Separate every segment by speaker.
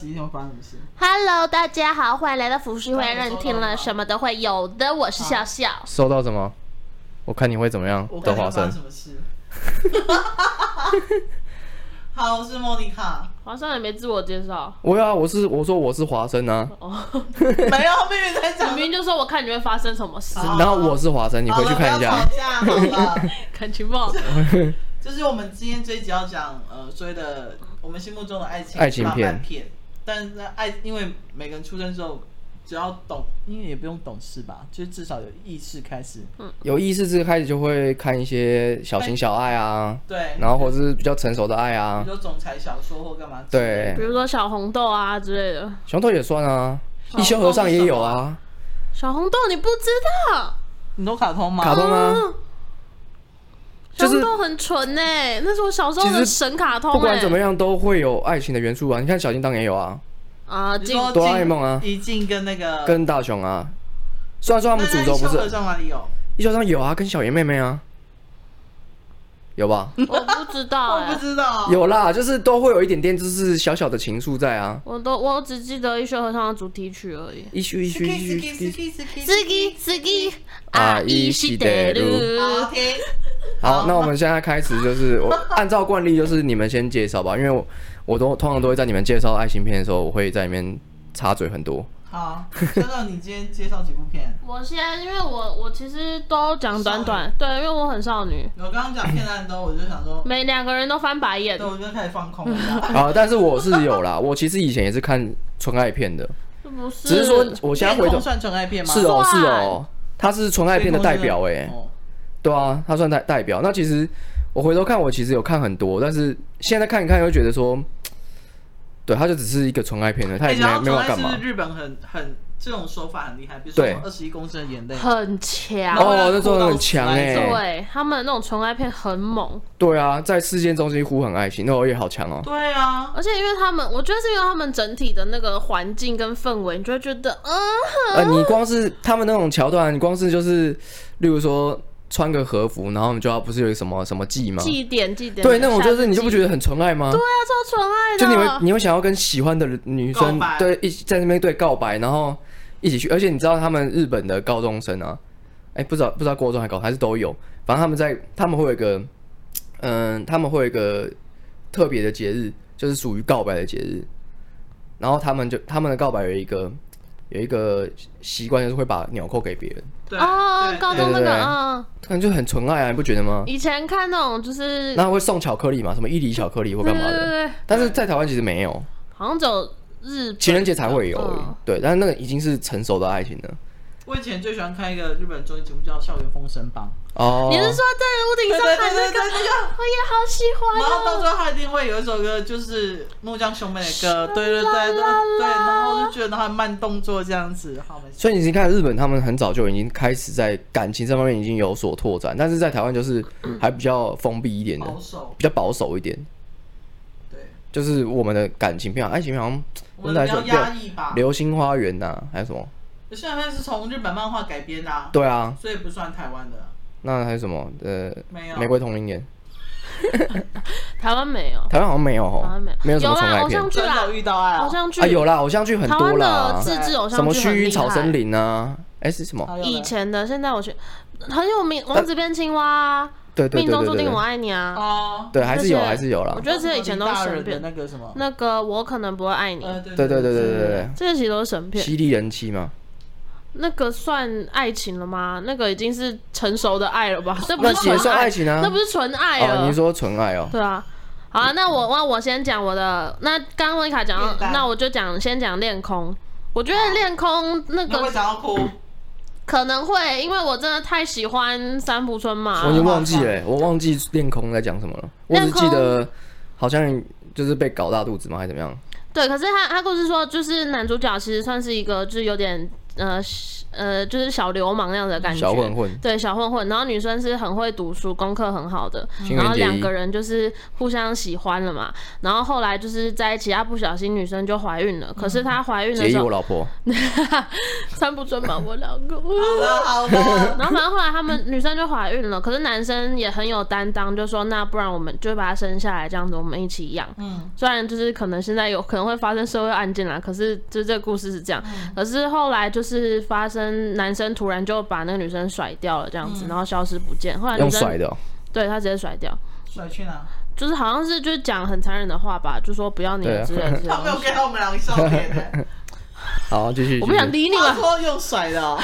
Speaker 1: 今天会发生什么事？
Speaker 2: Hello，大家好，欢迎来到服饰会，
Speaker 1: 刚才
Speaker 2: 让你
Speaker 1: 收到
Speaker 2: 听
Speaker 1: 了吗
Speaker 2: 了什么都会有的。我是笑笑，
Speaker 3: 收到什么？我看你会怎么样
Speaker 1: 我，
Speaker 3: 德
Speaker 1: 看会
Speaker 3: 华
Speaker 1: 发
Speaker 3: 生
Speaker 1: 生什。么事？ 好，我是莫妮卡。
Speaker 2: 皇上也没自我介 绍，
Speaker 3: 我要、啊，我是我说我是华生啊，
Speaker 1: 没有，妹妹在讲
Speaker 2: 明。明就说我看你会发生什么事，
Speaker 1: 好
Speaker 3: 然后我是华生，你回去看一
Speaker 1: 哦好
Speaker 3: 下
Speaker 1: 了。不要吵架好了。
Speaker 2: 感情不好。
Speaker 1: 就是我们今天这一集要讲呃所谓的我们心目中的爱情
Speaker 3: 爱情
Speaker 1: 浪
Speaker 3: 片
Speaker 1: 漫片，但是呢爱因为每个人出生之后只要懂，因为也不用懂事吧，就是至少有意识开始。
Speaker 3: 有意识之开始就会看一些小情小爱啊，
Speaker 1: 对，
Speaker 3: 然后或者是比较成熟的爱啊
Speaker 1: 比，如说总裁小说或干嘛。，
Speaker 3: 对
Speaker 2: 比，如说小红豆啊之类的，
Speaker 3: 熊头也算啊，一休和尚也有啊，
Speaker 2: 小红豆你不知道，嗯
Speaker 1: 你都卡通吗？
Speaker 3: 卡通啊，
Speaker 2: 小
Speaker 3: 就
Speaker 2: 红
Speaker 3: 是
Speaker 2: 豆很纯呢、那是我小时候的
Speaker 3: 其实
Speaker 2: 神卡
Speaker 1: 啊
Speaker 2: 通、欸。
Speaker 3: 不管怎么样都会有爱情的元素啊。你看小叮当也有啊，
Speaker 2: 啊，
Speaker 1: 你
Speaker 2: 进
Speaker 1: 说
Speaker 3: 哆啦 A 梦啊
Speaker 1: 静一静跟那个
Speaker 3: 跟大雄啊，虽然说他们主轴不
Speaker 1: 和
Speaker 3: 是
Speaker 1: 尚哪里有？
Speaker 3: 一休和尚有啊，跟小圆妹妹啊，有吧？
Speaker 2: 我不知道哎、
Speaker 1: 我不知道。
Speaker 3: 有啦，就是都会有一点点就是小小的情愫在啊。
Speaker 2: 我都我只记得一休和尚的主题曲而已。
Speaker 3: 一曲一曲一曲一曲。
Speaker 2: 司机司机
Speaker 3: 啊一起得
Speaker 1: 好
Speaker 2: 路，
Speaker 1: ，OK，
Speaker 3: 好，那我们现在开始，就 是我按照惯例，就是你们先介绍吧，因为我我都通常都会在你们介绍爱情片的时候，我会在里面插嘴很多。
Speaker 1: 好，珊珊，你今天介绍几部片？
Speaker 2: 我现在因为我我其实都讲短短，对，因为我很少女，
Speaker 1: 我刚刚讲片段的时候，我就想说，
Speaker 2: 每两个人都翻白眼
Speaker 1: 对，。我就开始放空了。
Speaker 3: 啊，但是我是有啦， 我其实以前也是看纯爱片的，
Speaker 1: 嗯
Speaker 2: 是不是？
Speaker 3: 只是说我现在回
Speaker 1: 天
Speaker 3: 头
Speaker 1: 空算纯爱片吗？
Speaker 3: 是哦
Speaker 2: 算
Speaker 3: 是哦，他是纯爱片的代表哎、
Speaker 1: 哦
Speaker 3: 对啊，他算代代表。那其实我回头看，我其实有看很多，但是现在看一看又觉得说，对，他就只是一个纯爱片了，他
Speaker 1: 哎
Speaker 3: 也没
Speaker 1: 然后
Speaker 3: 没
Speaker 1: 纯
Speaker 3: 有
Speaker 1: 爱
Speaker 3: 干
Speaker 1: 是
Speaker 3: 嘛
Speaker 1: 不是。日本很很这种手法很厉害，比如说
Speaker 3: 对
Speaker 1: 二十一公升的眼泪，
Speaker 2: 很强。
Speaker 1: 然后
Speaker 3: 哦
Speaker 1: 让
Speaker 3: 那时候
Speaker 1: 哭到
Speaker 3: 很强
Speaker 1: 死那
Speaker 3: 哎
Speaker 1: 种
Speaker 2: 对他们那种纯爱片很猛，
Speaker 3: 对啊，在事件中心呼喊爱情，那我也好强哦。
Speaker 1: 对啊，
Speaker 2: 而且因为他们，我觉得是因为他们整体的那个环境跟氛围，你就会觉得，嗯，
Speaker 3: 呃，你光是他们那种桥段，你光是就是，例如说穿个和服，然后你就要不是有什么什么祭吗？
Speaker 2: 祭点祭点。
Speaker 3: 嗯对，那种就是你就不觉
Speaker 2: 得？
Speaker 3: 得很纯爱吗？
Speaker 2: 对
Speaker 3: 对
Speaker 2: 啊，超纯爱的。
Speaker 3: 就你会你会想要跟喜欢的女
Speaker 1: 告
Speaker 3: 生
Speaker 1: 白
Speaker 3: 对一起在那边对告白，然后一起去，而且你知道他们日本的高中生啊，哎、不知道不知道高中还高还是都有，反正他们在他们会有一个，嗯、他们会有一个特别的节日，就是属于告白的节日，然后他们就他们的告白有一个有一个习惯，就是会把纽扣给别人，
Speaker 1: 对
Speaker 2: 哦，高中那
Speaker 3: 对对
Speaker 2: 个，
Speaker 3: 对
Speaker 2: 嗯，
Speaker 3: 感觉很纯爱啊，你不觉得吗？
Speaker 2: 以前看那种就是，
Speaker 3: 然后会送巧克力嘛，什么伊犁巧克力或
Speaker 2: 对
Speaker 3: 干
Speaker 2: 对
Speaker 3: 嘛的，
Speaker 2: 对，对
Speaker 3: 但是在台湾其实没有。
Speaker 2: 好像只有日本
Speaker 3: 情人节才会有而已、
Speaker 2: 嗯
Speaker 3: 对，但是那个已经是成熟的爱情了。
Speaker 1: 我以前最喜欢看一个日本综艺节目叫《校园风声榜
Speaker 3: 哦，
Speaker 2: 你是说在屋顶
Speaker 1: 对》，
Speaker 2: 上
Speaker 1: 对
Speaker 2: 喊
Speaker 1: 对对
Speaker 2: 那个？
Speaker 1: 对，那个。
Speaker 2: 我也好喜
Speaker 1: 然
Speaker 2: 欢
Speaker 1: 后到
Speaker 2: 哦。
Speaker 1: 最后他一定会有一首歌，就是木匠兄妹的歌，对对对对对，然后就觉得他慢动作这样子，好没事。
Speaker 3: 所以你看日本，他们很早就已经开始在感情这方面已经有所拓展，但是在台湾就是
Speaker 2: 嗯
Speaker 3: 还比较封闭一点的，
Speaker 2: 哦
Speaker 1: 保守，
Speaker 3: 比较保守一点。
Speaker 1: 对，
Speaker 3: 就是我们的感情片、啊爱情片好像
Speaker 1: 我
Speaker 3: 我
Speaker 1: 们
Speaker 3: 来
Speaker 1: 比较
Speaker 3: 说，
Speaker 1: 压
Speaker 3: 流
Speaker 1: 抑
Speaker 2: 啊
Speaker 1: 吧。
Speaker 3: 流星花园呐、还有什么？
Speaker 1: 有些人是从日本漫画改编的、啊，
Speaker 3: 对啊，
Speaker 1: 所以不算台湾的。
Speaker 3: 那还有什么？呃，
Speaker 1: 没有
Speaker 3: 玫瑰同龄眼，
Speaker 2: 台湾没有，
Speaker 3: 台湾好像没有
Speaker 2: 台湾
Speaker 3: 哦
Speaker 2: 没，
Speaker 3: 没有什么
Speaker 2: 有
Speaker 3: 纯
Speaker 2: 啦，
Speaker 3: 爱
Speaker 2: 偶
Speaker 3: 片
Speaker 2: 像剧
Speaker 1: 真
Speaker 2: 啦
Speaker 1: 的，遇到爱啊
Speaker 2: 偶，像剧
Speaker 3: 啊，有啦，偶像剧很
Speaker 2: 台
Speaker 3: 多
Speaker 2: 湾的
Speaker 3: 啦，
Speaker 2: 自制偶像剧
Speaker 3: 什么
Speaker 2: 很
Speaker 3: 虚
Speaker 2: 厉
Speaker 3: 与草
Speaker 2: 害哦
Speaker 3: 森林啊，哎、是什么？
Speaker 1: 还有嘞
Speaker 2: 以前的，现在我去很有名，《王子变青蛙》啊，
Speaker 3: 对对
Speaker 2: 命
Speaker 3: 对
Speaker 2: 中
Speaker 3: 对
Speaker 2: 注
Speaker 3: 对
Speaker 2: 定我
Speaker 3: 对，
Speaker 2: 爱你啊，
Speaker 1: 哦，
Speaker 3: 对还是有
Speaker 2: 那些
Speaker 3: 还是有啦
Speaker 2: 我。觉得这些以前都是
Speaker 1: 大
Speaker 2: 神
Speaker 1: 人的
Speaker 2: 片。嗯
Speaker 1: 那个什么，
Speaker 2: 哦那个我可能不会爱你，
Speaker 1: 呃，对
Speaker 3: 对对对对对对对。
Speaker 2: 这些其实都是神片。
Speaker 3: 犀利人妻嘛，
Speaker 2: 那个算爱情了吗？那个已经是成熟的爱了吧？这不
Speaker 3: 那
Speaker 2: 是
Speaker 3: 也
Speaker 2: 纯
Speaker 3: 算爱
Speaker 2: 爱，
Speaker 3: 情啊。
Speaker 2: 那不是纯爱
Speaker 3: 哦，
Speaker 2: 了
Speaker 3: 你。说纯爱哦，
Speaker 2: 对啊，好啊，那我那我先讲我的，那刚刚维卡讲
Speaker 1: 恋
Speaker 2: 到，
Speaker 1: 单
Speaker 2: 那我就讲先讲恋空。我觉得恋空那
Speaker 1: 你会不会
Speaker 2: 个
Speaker 1: 想要哭？
Speaker 2: 可能会，因为我真的太喜欢三浦春马
Speaker 3: 我已
Speaker 2: 了
Speaker 3: 经忘记了，欸我忘记恋空在讲什么了，我只记得好像就是被搞大肚子嘛，还是怎么样？
Speaker 2: 对，可是他他故事说，就是男主角其实算是一个就是有点呃呃，就是小流氓那样的感觉，
Speaker 3: 小混混，
Speaker 2: 对小混混，然后女生是很会读书，功课很好的，
Speaker 3: 新
Speaker 2: 然
Speaker 3: 垣
Speaker 2: 后
Speaker 3: 结
Speaker 2: 两
Speaker 3: 衣
Speaker 2: 个人就是互相喜欢了嘛，然后后来就是在一起，啊她不小心女生就怀孕了，可是她怀孕的
Speaker 3: 嗯结衣
Speaker 2: 时候
Speaker 3: 我老婆，
Speaker 2: 三不准 嘛，我老公。
Speaker 1: 好了呃好了，
Speaker 2: 然后反正后来他们女生就怀孕了，可是男生也很有担当，就说那不然我们就把她生下来，这样子我们一起养。
Speaker 1: 嗯，
Speaker 2: 虽然就是可能现在有可能会发生社会案件啦，可是就这个故事是这样。
Speaker 1: 嗯
Speaker 2: 可是后来就是发生男生突然就把那个女生甩掉了，这
Speaker 1: 嗯
Speaker 2: 样子，然后消失不见。后来女
Speaker 3: 用
Speaker 2: 生
Speaker 3: 甩的哦、
Speaker 2: 对他直接甩掉，
Speaker 1: 甩去哪？
Speaker 2: 就是好像是就是讲很残忍的话吧，就说不要你
Speaker 3: 对
Speaker 2: 了
Speaker 3: 啊
Speaker 2: 之类的这
Speaker 1: 他
Speaker 2: 种
Speaker 1: 没有
Speaker 2: 东西。
Speaker 1: 给到我们两个笑点 呢。
Speaker 3: 好，继续。
Speaker 2: 我不
Speaker 3: 继续
Speaker 2: 想理你
Speaker 1: 他
Speaker 2: 了。
Speaker 1: 说用甩的哦，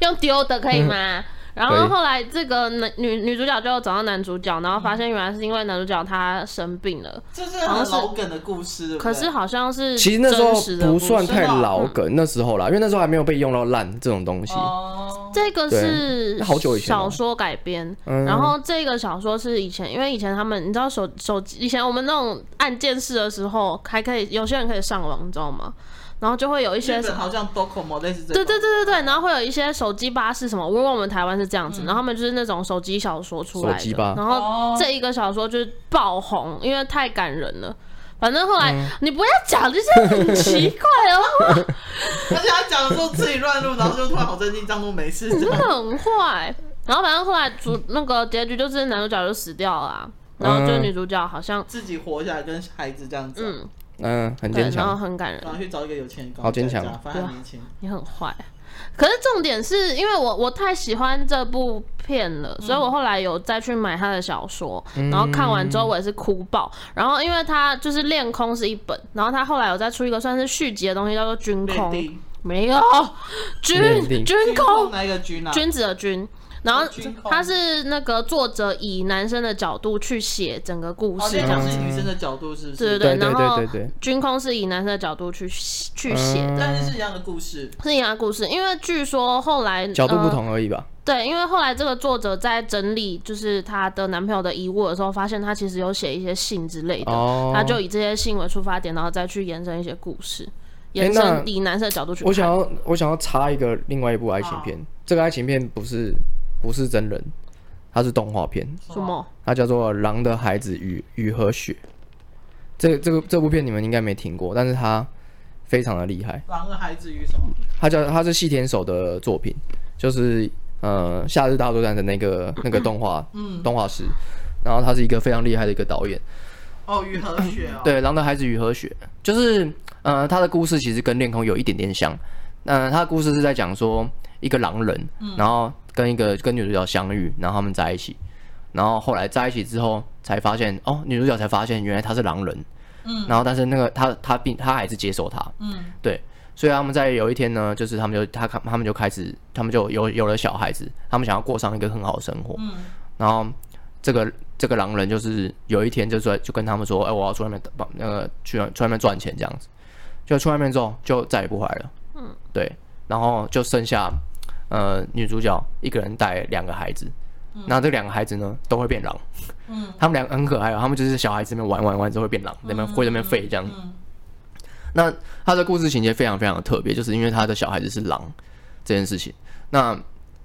Speaker 2: 用丢的可以
Speaker 3: 嗯
Speaker 2: 吗？然
Speaker 3: 可
Speaker 2: 后
Speaker 3: 以
Speaker 2: 后来这个男女女主角就找到男主角，然后发现原来是因为男主角他生病了，
Speaker 1: 这是很老梗的故事，对不对
Speaker 2: 可是好像是
Speaker 3: 其实那时候
Speaker 2: 真实的
Speaker 3: 不
Speaker 2: 故事
Speaker 3: 算太
Speaker 1: 真的哦
Speaker 3: 老梗，那时候啦，因为那时候还没有被用到烂这种东西。
Speaker 1: 哦，
Speaker 2: 这个
Speaker 3: 对
Speaker 2: 是
Speaker 3: 那好久以前哦
Speaker 2: 小说改编，
Speaker 3: 嗯
Speaker 2: 然后这个小说是以前，因为以前他们你知道手手机，以前我们那种按键式的时候，还可以有些人可以上网，你知道吗？然后就会有一些
Speaker 1: 日本好像 Docomo 类似这
Speaker 2: 对
Speaker 1: 种，
Speaker 2: 对对对对，然后会有一些手机巴士什么，我问我们台湾是这
Speaker 1: 嗯
Speaker 2: 样子，然后他们就是那种手机小说出来
Speaker 3: 手机
Speaker 2: 的
Speaker 3: 巴，
Speaker 2: 然
Speaker 1: 哦
Speaker 2: 后这一个小说就是爆红，因为太感人了。反正后来、你不要讲这些很奇怪哦的话，
Speaker 1: 而且他讲的时候自己乱入，然后就突然好镇定，当做没事这
Speaker 2: 真
Speaker 1: 样。
Speaker 2: 的很坏。然后反正后来主那个结局就是男主角就死掉了啊、然后就
Speaker 3: 嗯
Speaker 2: 女主角好像
Speaker 1: 自己活下来跟孩子这样子，
Speaker 2: 嗯
Speaker 3: 嗯，很
Speaker 2: 对
Speaker 3: 坚，
Speaker 2: 然后
Speaker 3: 强。
Speaker 2: 很感人
Speaker 1: 然，后去找一个有钱人跟我
Speaker 3: 好
Speaker 1: 们家
Speaker 3: 坚
Speaker 1: 一家，
Speaker 3: 强
Speaker 1: 啊反正很年轻。
Speaker 2: 你很坏。可是重点是因为我我太喜欢这部片了，所以我后来有再去买他的小说，然后看完之后我也是哭爆。然后因为他就是《恋空》是一本，然后他后来有再出一个算是续集的东西，叫做《军空
Speaker 1: 内》，定
Speaker 2: 没有军
Speaker 3: 恋定
Speaker 2: 军
Speaker 1: 军
Speaker 2: 空
Speaker 1: 空哪一个军啊？
Speaker 2: 君子的君。然后
Speaker 1: 哦军空
Speaker 2: 他是那个作者以男生的角度去写整个故
Speaker 1: 哦，
Speaker 2: 事，
Speaker 1: 这
Speaker 2: 这样
Speaker 1: 讲
Speaker 2: 子。
Speaker 1: 是女生的角度是不
Speaker 2: 对
Speaker 1: 是？
Speaker 2: 对
Speaker 3: 对对
Speaker 2: 然后
Speaker 3: 对对对
Speaker 2: 军空是以男生的角度去
Speaker 3: 嗯
Speaker 2: 去写的。
Speaker 1: 但是是一样的故事。
Speaker 2: 是一样的故事，因为据说后来
Speaker 3: 角度不
Speaker 2: 呃
Speaker 3: 同而已吧。
Speaker 2: 对，因为后来这个作者在整理就是她的男朋友的遗物的时候，发现她其实有写一些信之类的，
Speaker 3: 哦
Speaker 2: 她就以这些信为出发点，然后再去延伸一些故事，
Speaker 3: 诶
Speaker 2: 延
Speaker 3: 那
Speaker 2: 伸以男生的角度去
Speaker 3: 我
Speaker 2: 看。
Speaker 3: 想要，我想要插一个另外一部爱情片，这个爱情片不是不是真人，它是动画片，
Speaker 2: 什么？
Speaker 3: 它叫做《狼的孩子与雨和雪》。这这个这部片你们应该没听过，但是它非常的厉害。
Speaker 1: 狼的孩子与什么？
Speaker 3: 它叫它是细田守的作品，就是呃《夏日大作战》的那个那个动画，动画师。然后他是一个非常厉害的一个导演。
Speaker 1: 哦，雨和雪哦。
Speaker 3: 对，《狼的孩子与和雪》就是呃，他的故事其实跟《恋空》有一点点像。那、他的故事是在讲说一个狼人，然后跟一个跟女主角相遇，然后他们在一起，然后后来在一起之后才发现，哦，女主角才发现原来他是狼人。嗯，然后但是那个他他并他还是接受他，嗯，对，所以他们在有一天呢，就是他们就他他们就开始他们就有有了小孩子，他们想要过上一个很好的生活，嗯，然后这个这个狼人就是有一天就说就跟他们说，哎、我要出外面帮那个去去外面赚钱这样子，就去外面之后就再也不回来了。嗯，对，然后就剩下呃女主角一个人带两个孩子，那这两个孩子呢都会变狼。嗯，他们两个很可爱哦，他们就是小孩子那边玩玩玩之后会变狼，那边会在那边吠这样。那他的故事情节非常非常的特别，就是因为他的小孩子是狼这件事情。那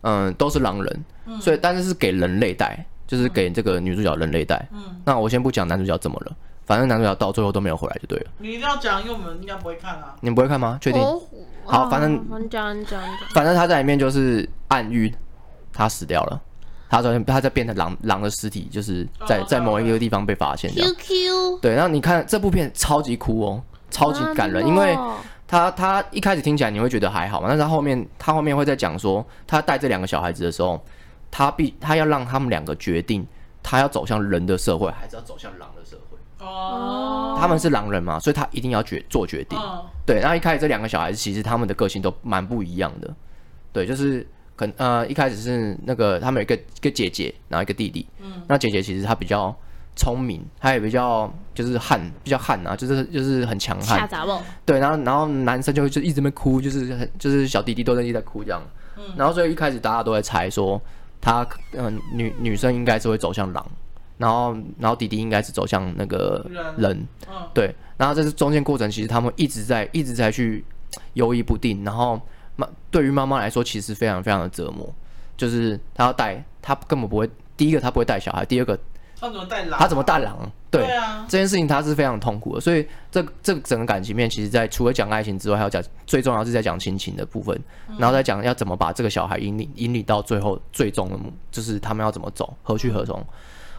Speaker 3: 嗯、都是狼人，所以但是是给人类带，就是给这个女主角人类带。嗯，那我先不讲男主角怎么了，反正男主角到最后都没有回来就对了。
Speaker 1: 你一定要讲，因为我们应该不会看啊。
Speaker 3: 你们不会看吗？确定？
Speaker 2: 哦
Speaker 3: 好
Speaker 2: 啊
Speaker 3: 反正
Speaker 2: 你讲你讲你讲，
Speaker 3: 反正他在里面就是暗喻他死掉了，他昨天他在变成狼狼的尸体，就是在
Speaker 1: 哦
Speaker 3: 在某一个地方被发现这样。
Speaker 2: Q Q，
Speaker 3: 对，然后你看这部片超级哭哦，超级
Speaker 2: 啊
Speaker 3: 感人，
Speaker 1: 哦
Speaker 3: 因为嗯他他一开始听起来你会觉得还好嘛，但是他后面他后面会在讲说，他带这两个小孩子的时候，他必他要让他们两个决定，他要走向人的社会，还是要走向狼的社会。
Speaker 1: 哦。
Speaker 3: 他们是狼人嘛，所以他一定要决做决定。
Speaker 1: 嗯，
Speaker 3: 对，然后一开始这两个小孩子其实他们的个性都蛮不一样的，对，就是可能呃一开始是那个他们有一个一个姐姐，然后一个弟弟，嗯，那姐姐其实她比较聪明，她也比较就是悍，比较悍啊，就是就是很强悍
Speaker 2: 下，杂报，
Speaker 3: 对，然后然后男生就就一直在那边哭，就是很就是小弟弟都在一直在哭这样，然后所以一开始大家都在猜说他嗯、女女生应该是会走向狼，然后然后弟弟应该是走向那个
Speaker 1: 人
Speaker 3: 人，
Speaker 1: 嗯
Speaker 3: 对，然后这是中间过程，其实他们一直在一直在去犹疑不定，然后妈对于妈妈来说其实非常非常的折磨，就是她要带，她根本不会，第一个她不会带小孩，第二个
Speaker 1: 他怎么带狼？
Speaker 3: 她怎么带狼？对，
Speaker 1: 对啊，
Speaker 3: 这件事情她是非常痛苦的，所以这这整个感情面，其实在除了讲爱情之外，还要讲最重要是在讲亲情的部分，然后再讲要怎么把这个小孩引领引领到最后最终的目，就是他们要怎么走，何去何从，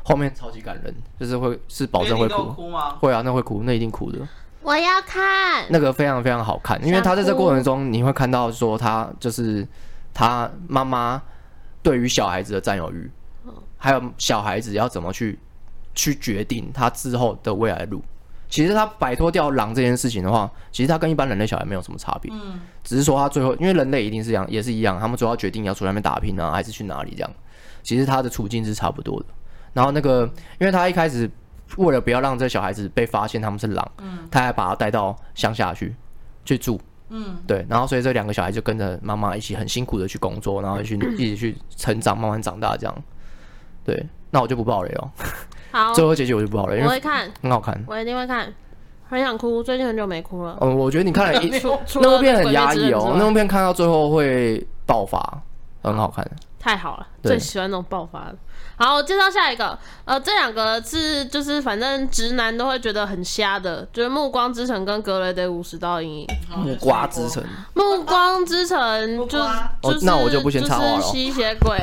Speaker 3: 后面超级感人，就是会是保证
Speaker 1: 连
Speaker 3: 会
Speaker 1: 你都
Speaker 3: 哭，
Speaker 1: 哭吗？
Speaker 3: 会啊，那会哭，那一定哭的。
Speaker 2: 我要看。
Speaker 3: 那个非常非常好看，因为他在这
Speaker 2: 想哭
Speaker 3: 过程中你会看到说他就是他妈妈对于小孩子的占有欲，还有小孩子要怎么去去决定他之后的未来的路。其实他摆脱掉狼这件事情的话，其实他跟一般人类小孩没有什么差别，
Speaker 1: 嗯，
Speaker 3: 只是说他最后因为人类一定是一样，也是一样，他们最后要决定要出去外面打拼啊，还是去哪里这样。其实他的处境是差不多的。然后那个，因为他一开始为了不要让这小孩子被发现他们是狼，他还把他带到乡下去去住，
Speaker 1: 嗯，
Speaker 3: 对，然后所以这两个小孩就跟着妈妈一起很辛苦的去工作，然后去 一起去成长，慢慢长大这样。对，那我就不爆雷了，
Speaker 2: 好，
Speaker 3: 最后结局我就哎不爆雷，因
Speaker 2: 哦我
Speaker 3: 为
Speaker 2: 会看，
Speaker 3: 很好看。
Speaker 2: 我一定会看，很想哭，最近很久没哭了。
Speaker 3: 嗯，我觉得 你看了一
Speaker 2: 除除
Speaker 3: 那
Speaker 2: 了
Speaker 3: 部片很
Speaker 2: 鬼灭
Speaker 3: 压
Speaker 2: 之
Speaker 3: 抑
Speaker 2: 刃之
Speaker 3: 哦
Speaker 2: 外，
Speaker 3: 那部片看到最后会爆发，很好
Speaker 2: 哦
Speaker 3: 看。
Speaker 2: 太好了，
Speaker 3: 对
Speaker 2: 最喜欢那种爆发的。好，我介绍下一个，呃，这两个是就是反正直男都会觉得很瞎的，就是《暮光之城》跟《格雷的五十道阴影》。
Speaker 1: 好
Speaker 3: 木瓜之城，，
Speaker 2: 《暮光之城》
Speaker 1: 木
Speaker 2: 就
Speaker 1: 瓜
Speaker 2: 就
Speaker 3: 哦
Speaker 2: 是
Speaker 3: 那我就不先插话了
Speaker 2: 就是吸血鬼。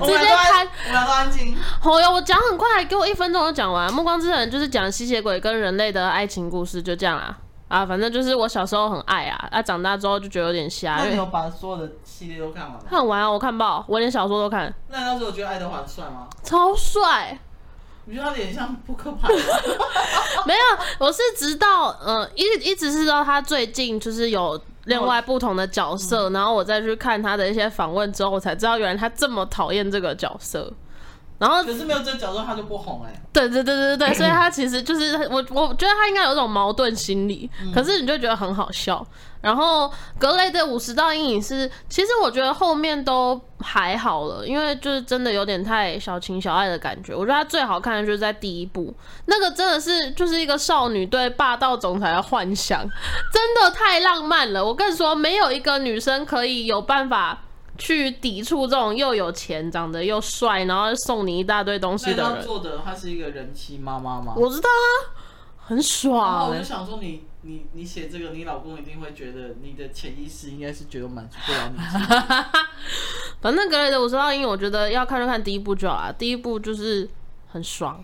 Speaker 1: 我
Speaker 2: 直
Speaker 1: 们
Speaker 2: 接
Speaker 1: 都安
Speaker 2: 开
Speaker 1: 我们都安静。
Speaker 2: 哦哟，我讲很快，给我一分钟就讲完。《暮光之城》就是讲吸血鬼跟人类的爱情故事，就这样啊啊，反正就是我小时候很爱啊，啊，长大之后就觉得有点瞎，
Speaker 1: 那
Speaker 2: 因
Speaker 1: 你
Speaker 2: 为
Speaker 1: 有把所有的系列都看完吗？
Speaker 2: 看完啊，我看爆，我连小说都看，
Speaker 1: 那你那时候觉得爱德华很帅吗？
Speaker 2: 超帅。
Speaker 1: 你觉得他脸像扑克牌吗？
Speaker 2: 没有，我是直到呃一一直是到他最近就是有另外不同的角
Speaker 1: 嗯
Speaker 2: 色，然后我再去看他的一些访问之后，我才知道原来他这么讨厌这个角色。然后，
Speaker 1: 可是没有这角色他就不红哎、
Speaker 2: 对对对对对，所以他其实就是我，我觉得他应该有一种矛盾心理，可是你就觉得很好笑。然后格雷的五十道阴影是，其实我觉得后面都还好了，因为就是真的有点太小情小爱的感觉。我觉得他最好看的就是在第一部，那个真的是就是一个少女对霸道总裁的幻想，真的太浪漫了。我跟你说，没有一个女生可以有办法。去抵触这种又有钱、长得又帅，然后送你一大堆东
Speaker 1: 那
Speaker 2: 西
Speaker 1: 你知
Speaker 2: 的
Speaker 1: 道
Speaker 2: 人。
Speaker 1: 作者他是一个人妻妈妈吗？
Speaker 2: 我知道啊，很
Speaker 1: 然后
Speaker 2: 爽
Speaker 1: 哦我就。想说你你你写这个，你老公一定会觉得你的潜意识应该是觉得满足不了你自己。
Speaker 2: 反正《格雷的五十道阴影》，我觉得要看就看第一部就好了。第一部就是很爽，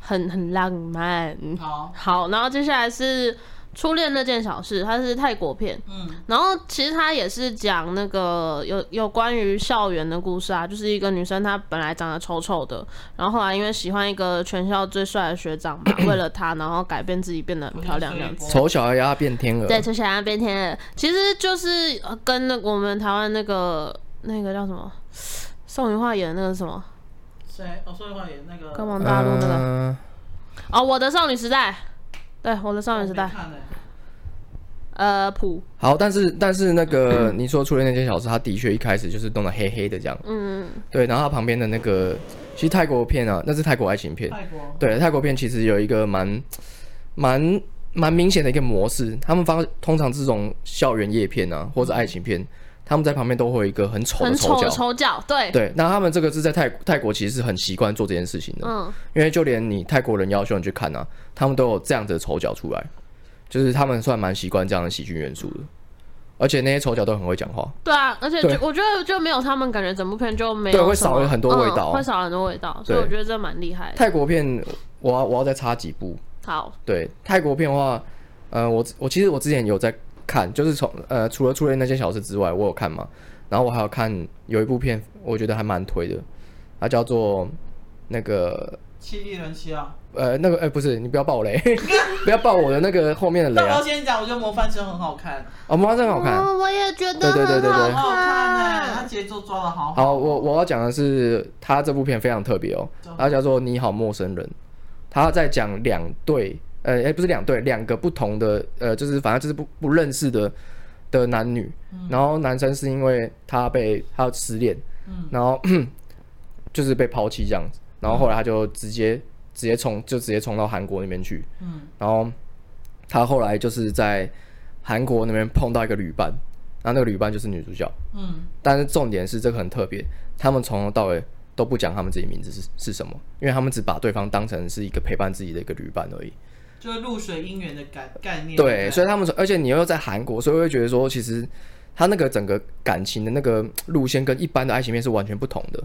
Speaker 2: 很很浪漫。
Speaker 1: 好，
Speaker 2: 好，然后接下来是《初恋那件小事》，它是泰国片。
Speaker 1: 嗯，
Speaker 2: 然后其实它也是讲那个有有关于校园的故事啊，就是一个女生她本来长得丑丑的，然后后来因为喜欢一个全校最帅的学长嘛，为了他，然后改变自己变得很漂亮这样子。
Speaker 3: 丑小鸭变天鹅，
Speaker 2: 对，就想要变天鹅，其实就是呃跟那个我们台湾那个那个叫什么宋芸桦演的那个什么
Speaker 1: 谁？哦，所以话也那个
Speaker 2: 《光芒大陆》那个、
Speaker 3: 嗯
Speaker 2: 哦，《我的少女时代》对，《我的少女时代
Speaker 1: 没》看欸
Speaker 2: 呃普
Speaker 3: 好，但是但是那个你说初恋那件小事，他的确一开始就是弄得黑黑的这样，
Speaker 2: 嗯
Speaker 3: 对，然后他旁边的那个，其实泰国片啊，那是泰国爱情片，
Speaker 1: 泰国，
Speaker 3: 对，泰国片其实有一个蛮蛮蛮明显的一个模式，他们发通常这种校园夜片啊，或者爱情片，他们在旁边都会有一个很丑的
Speaker 2: 很
Speaker 3: 丑
Speaker 2: 丑
Speaker 3: 角
Speaker 2: 的，丑角，对，
Speaker 3: 对，那他们这个是在泰泰国其实是很习惯做这件事情的，
Speaker 2: 嗯，
Speaker 3: 因为就连你泰国人要求你去看啊，他们都有这样子的丑角出来，就是他们算蛮习惯这样的喜剧元素的，而且那些丑角都很会讲话，
Speaker 2: 对啊，而且
Speaker 3: 对
Speaker 2: 就我觉得就没有他们，感觉整部片就没有
Speaker 3: 对会
Speaker 2: 什么
Speaker 3: 少了很多味道
Speaker 2: 嗯会少了很多味道，所以
Speaker 3: 对
Speaker 2: 我觉得这蛮厉害的。
Speaker 3: 泰国片我要我要再插几部，
Speaker 2: 好，
Speaker 3: 对泰国片的话，呃，我我其实我之前有在看，就是从呃除了初恋那些小事之外，我有看嘛，然后我还有看有一部片，我觉得还蛮推的，它叫做那个
Speaker 1: 七亿人妻啊。
Speaker 3: 呃那个哎、不是你不要爆雷， 不要爆我的那个后面的雷
Speaker 1: 但我
Speaker 3: 啊
Speaker 1: 要，先讲，我觉得模范生很好看，
Speaker 3: 哦魔方阵好看。
Speaker 2: 哦，我也觉得
Speaker 3: 对对对对对
Speaker 2: 很
Speaker 1: 很好
Speaker 2: 好啊
Speaker 1: 看哎、
Speaker 2: 看
Speaker 1: 他节奏抓的好好。
Speaker 3: 好，我我要讲的是，他这部片非常特别哦，它叫做《你好陌生人》，他在讲两对，呃，诶不是两对，两个不同的，呃，就是反正就是不不认识的的男女，然后男生是因为他被他失恋，然后 就是被抛弃这样子，然后后来他就直接直接冲就直接冲到韩国那边去，
Speaker 1: 嗯
Speaker 3: 然后他后来就是在韩国那边碰到一个旅伴，那那个旅伴就是女主角。
Speaker 1: 嗯，
Speaker 3: 但是重点是这个很特别，他们从头到尾都不讲他们自己名字是是什么，因为他们只把对方当成是一个陪伴自己的一个旅伴而已。
Speaker 1: 就是露水姻缘的概概念。
Speaker 3: 对，所
Speaker 1: 以
Speaker 3: 以他们说，而且你又在韩国，所以会觉得说，其实他那个整个感情的那个嗯路线跟一般的爱情片是完全不同的。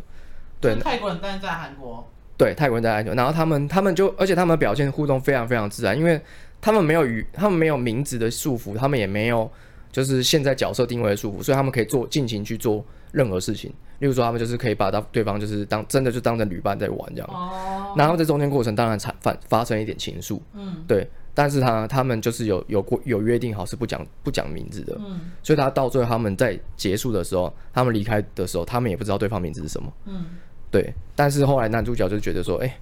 Speaker 3: 对
Speaker 1: 泰国人但是在韩国，
Speaker 3: 对，泰国人在爱情，然后他们他们就，而且他们表现互动非常非常自然，因为他们没有语，他们没有名字的束缚，他们也没有就是现在角色定位的束缚，所以他们可以做尽情去做任何事情。例如说，他们就是可以把当对方就是当真的就当成旅伴在玩这样。
Speaker 1: 哦，
Speaker 3: 然后在中间过程当然产发发生一点情愫，
Speaker 1: 嗯
Speaker 3: 对，但是他他们就是有有过有约定好是不讲不讲名字的，
Speaker 1: 嗯
Speaker 3: 所以他到最后他们在结束的时候，他们离开的时候，他们也不知道对方名字是什么，
Speaker 1: 嗯，
Speaker 3: 对。但是后来男主角就觉得说，哎、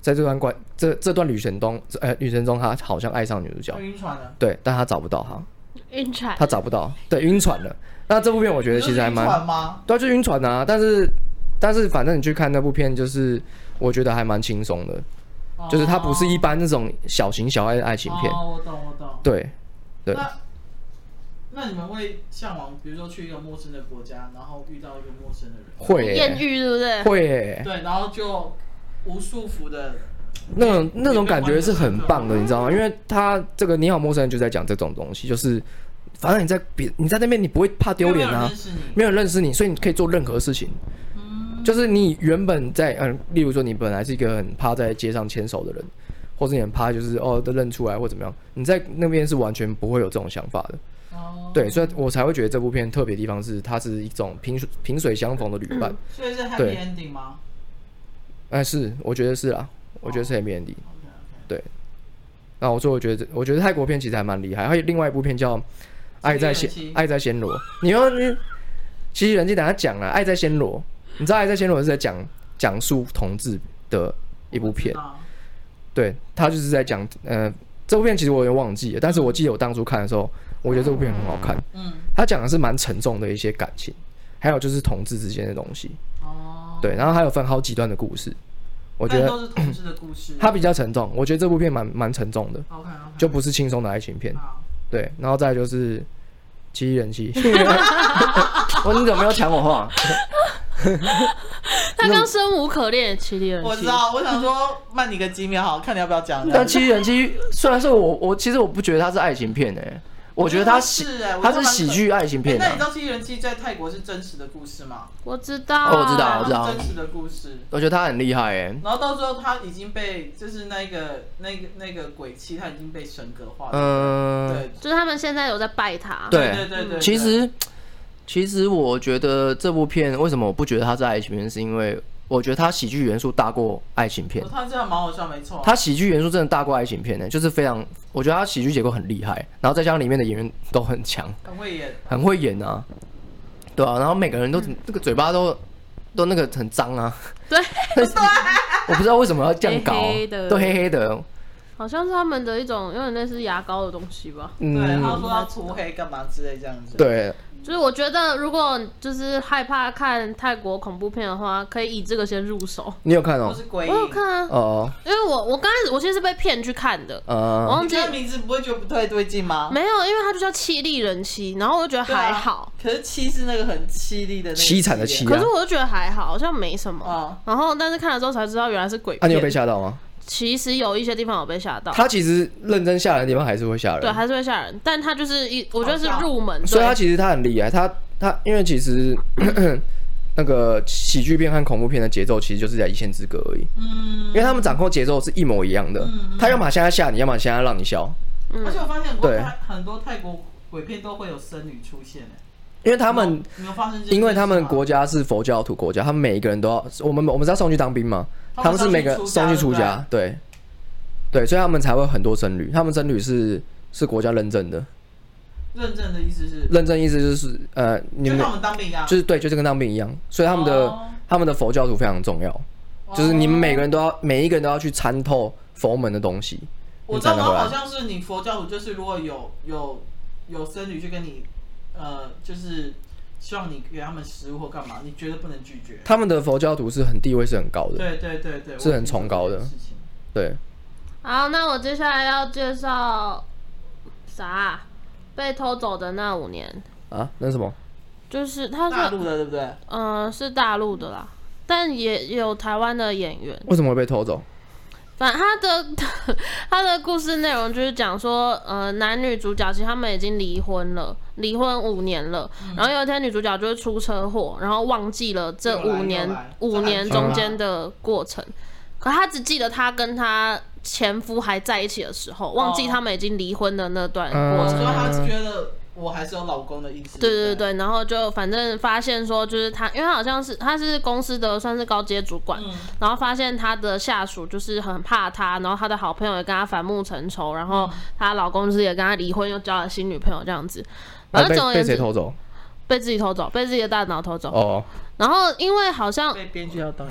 Speaker 3: 在这段关这这段旅程中，呃，旅程中他好像爱上女主角
Speaker 1: 会，晕船的。
Speaker 3: 对，但他找不到她，
Speaker 2: 晕
Speaker 1: 哎
Speaker 2: 船，
Speaker 3: 他找不到，对，晕船了。那这部片我觉得其实还蛮
Speaker 1: 你说晕船吗？
Speaker 3: 对啊，就晕船啊。但是但是反正你去看那部片，就是我觉得还蛮轻松的，就是它不是一般那种小情小爱的爱情片。
Speaker 1: 哦，我懂我懂。
Speaker 3: 对，对，
Speaker 1: 那那你们会向往，比如说去一个陌生的国家，然后遇到一个陌生的人，
Speaker 3: 会
Speaker 2: 艳
Speaker 3: 耶、
Speaker 2: 遇对不对？
Speaker 3: 会耶、
Speaker 1: 对，然后就无束缚的，
Speaker 3: 那种那种感觉是很棒的，你知道吗？因为他这个《你好，陌生人》就在讲这种东西，就是反正你在别你在那边你不会怕丢脸
Speaker 1: 因为没有人
Speaker 3: 啊
Speaker 1: 认，识你，
Speaker 3: 没有人认识你，所嗯以你可以做任何事情。就是你原本在嗯、例如说你本来是一个很怕在街上牵手的人，或者你很怕就是哦都认出来或怎么样，你在那边是完全不会有这种想法的。
Speaker 1: 哦，
Speaker 3: 对，所以我才会觉得这部片特别的地方是它是一种萍水萍水相逢的旅伴。
Speaker 1: 所以是 happy
Speaker 3: 对
Speaker 1: ending 吗
Speaker 3: 哎、是，我觉得是啊，我觉得是 Happy Ending。
Speaker 1: ？OK OK，
Speaker 3: 那我说，我觉得，我觉得泰国片其实还蛮厉害，还有另外一部片叫《爱在暹
Speaker 1: 七月七
Speaker 3: 爱在暹罗》，你要你其实人家等下讲了，《爱在暹罗》，你知道《爱在暹罗》是在讲讲述同志的一部片
Speaker 1: 我知，道
Speaker 3: 对他就是在讲，呃，这部片其实我有点忘记了，但是我记得我当初看的时候，我觉得这部片很好看，
Speaker 1: 嗯，
Speaker 3: 他讲的是蛮沉重的一些感情，还有就是同志之间的东西，
Speaker 1: 哦，
Speaker 3: 对，然后还有分好几段的故事，我觉
Speaker 1: 但
Speaker 3: 得
Speaker 1: 都是同志的故事。
Speaker 3: 它比较沉重，我觉得这部片蛮蛮沉重的，
Speaker 1: OK OK，
Speaker 3: 就不是轻松的爱情片。
Speaker 1: 好，
Speaker 3: 对，然后再来就是七 人七。
Speaker 4: 哦
Speaker 3: 我你怎么没有抢我话？
Speaker 2: 他刚生无可恋，其利人妻
Speaker 1: 我知道，我想说慢你个几秒，好看你要不要讲。
Speaker 3: 但七人七虽然说我我其实我不觉得它是爱情片诶、
Speaker 4: 欸
Speaker 3: 我觉得它喜
Speaker 1: 是欸我觉
Speaker 3: 它
Speaker 1: 得
Speaker 3: 是
Speaker 1: 蛮
Speaker 3: 喜
Speaker 1: 可
Speaker 3: 剧爱情
Speaker 1: 哎
Speaker 3: 片
Speaker 1: 那你知
Speaker 3: 啊。
Speaker 1: 道《七人记》在泰国是真实的故事吗？
Speaker 2: 我知道，啊
Speaker 3: 哦我知道
Speaker 1: 对
Speaker 3: 知道
Speaker 1: 它是真实的故事。
Speaker 3: 我觉得它很厉害诶、
Speaker 4: 欸
Speaker 1: 然后到最后，他已经被就是那个那个那个鬼妻，他已经被神格化了。
Speaker 4: 嗯、
Speaker 1: 对
Speaker 2: 就是他们现在有在拜他，
Speaker 4: 对
Speaker 1: 对对对，
Speaker 4: 其实其实我觉得这部片为什么我不觉得它是爱情片，是因为我觉得它喜剧元素大过爱情片
Speaker 1: 对。哦他这样蛮好笑，没错啊。
Speaker 4: 它喜剧元素真的大过爱情片呢、欸就是非常，我觉得它喜剧结构很厉害，然后再加上里面的演员都很强，
Speaker 1: 很会演，
Speaker 4: 很会演啊，对啊，然后每个人都
Speaker 2: 嗯
Speaker 4: 那个嘴巴都都那个很脏 啊，
Speaker 2: 对，
Speaker 4: 我不知道为什么要这样搞，
Speaker 3: 啊
Speaker 2: 黑黑的
Speaker 4: 都黑黑的，
Speaker 2: 好像是他们的一种有点类似牙膏的东西吧。
Speaker 1: 对，他
Speaker 4: 嗯，
Speaker 1: 说要涂黑干嘛之类这样子。，
Speaker 3: 对，
Speaker 2: 就是我觉得，如果就是害怕看泰国恐怖片的话，可以以这个先入手。
Speaker 3: 你有看
Speaker 1: 或
Speaker 3: 哦？
Speaker 1: 是鬼
Speaker 2: 我
Speaker 1: 影。
Speaker 2: 有看啊，
Speaker 3: 哦，
Speaker 2: 因为我我刚开始我其实是被骗去看的，我
Speaker 3: 呃，
Speaker 2: 忘
Speaker 1: 你
Speaker 2: 记
Speaker 1: 这个名字不会觉得不太对劲
Speaker 3: 哦
Speaker 1: 吗？
Speaker 2: 没有，因为它就叫七力人妻，然后我就觉得
Speaker 1: 对啊
Speaker 2: 还好，。
Speaker 1: 可是七是那个很凄厉的那个
Speaker 3: 凄惨的
Speaker 1: 七
Speaker 3: 凄
Speaker 1: 耶。
Speaker 2: 可是我就觉得还好，好像没什么。
Speaker 1: 哦，
Speaker 2: 然后但是看了之后才知道原来是鬼
Speaker 3: 啊，你有被
Speaker 2: 片，
Speaker 3: 吓到吗？
Speaker 2: 其实有一些地方有被吓到，
Speaker 3: 它其实认真吓人的地方还是会吓人，
Speaker 2: 哦对，还是会吓人，但它就是一，我觉得是
Speaker 1: 好笑
Speaker 2: 入门，
Speaker 3: 所以它
Speaker 2: 对，
Speaker 3: 其实它很厉害，它它因为其实 那个喜剧片和恐怖片的节奏其实就是在一线之隔而已，
Speaker 1: 嗯
Speaker 3: 因。为他们掌控节奏是一模一样的，
Speaker 2: 嗯
Speaker 3: 他要么现在吓你，要么现在让你笑，
Speaker 1: 而且我发现很多
Speaker 3: 嗯对
Speaker 1: 泰很多泰国鬼片都会有僧侣出现欸
Speaker 3: 因为他们
Speaker 1: 有没有发生这啊件事吗，
Speaker 3: 因为他们国家是佛教徒国家，他们每一个人都要，我们我们是要送去当兵嘛，
Speaker 1: 他
Speaker 3: 他
Speaker 1: 们
Speaker 3: 们
Speaker 1: 是要
Speaker 3: 是每个
Speaker 1: 去出家
Speaker 3: 送去出家，对对，所以他们才会很多僧侣，他们僧侣是是国家认证的，
Speaker 1: 认证的意思是，
Speaker 3: 认证意思就是呃，你
Speaker 1: 就
Speaker 3: 们
Speaker 1: 像我们当兵一样，
Speaker 3: 就是对，就是跟当兵一样，所以他们的、
Speaker 1: 哦
Speaker 3: 他们的佛教徒非常重要，就是你们每个人都
Speaker 1: 哦
Speaker 3: 要每一个人都要去参透佛门的东西，
Speaker 1: 我
Speaker 3: 你
Speaker 1: 知道
Speaker 3: 才
Speaker 1: 吗？
Speaker 3: 能回
Speaker 1: 好
Speaker 3: 来。
Speaker 1: 像是你佛教徒，就是如果有有有僧侣去跟你，呃，就是希望你给他们食物或干嘛，你绝对不能拒绝。
Speaker 3: 他们的佛教徒是很地位是很高的，
Speaker 1: 对对对对，
Speaker 3: 是很崇高
Speaker 1: 我
Speaker 3: 的
Speaker 1: 有听说这件事情
Speaker 3: 对，
Speaker 2: 好，那我接下来要介绍啥啊、被偷走的那五年，
Speaker 3: 啊，那是什么？
Speaker 2: 就是他
Speaker 1: 大
Speaker 2: 是
Speaker 1: 陆的对不对？
Speaker 2: 呃是大陆的啦，但也也有台湾的演员。
Speaker 3: 为什么会被偷走？
Speaker 2: 反正他的他的故事内容就是讲说，呃，男女主角其实他们已经离婚了，离婚五年了。
Speaker 1: 嗯
Speaker 2: 然后有一天女主角就是出车祸，然后忘记了这
Speaker 1: 又来
Speaker 2: 五年
Speaker 1: 又来
Speaker 2: 五年
Speaker 1: 这还
Speaker 2: 中
Speaker 1: 好
Speaker 2: 间的过程，可她只记得她跟她前夫还在一起的时候，忘记
Speaker 1: 哦
Speaker 2: 他们已经离婚的那段
Speaker 3: 嗯
Speaker 2: 过程。
Speaker 1: 所以他觉得我还是有老公的意思。
Speaker 2: 对对
Speaker 1: 对
Speaker 2: 对，然后就反正发现说，就是他，因为他好像是他是公司的算是高阶主管，
Speaker 1: 嗯
Speaker 2: 然后发现他的下属就是很怕他，然后他的好朋友也跟他反目成仇，然
Speaker 3: 嗯
Speaker 2: 后她老公就是也跟他离婚，又交了新女朋友这样子。反
Speaker 3: 啊、
Speaker 2: 正
Speaker 3: 被
Speaker 2: 总而
Speaker 3: 被
Speaker 2: 言之
Speaker 3: 谁，偷走？
Speaker 2: 被自己偷走，被自己的大脑偷走。
Speaker 3: 哦，
Speaker 2: 然后因为好像
Speaker 1: 被编剧要 当。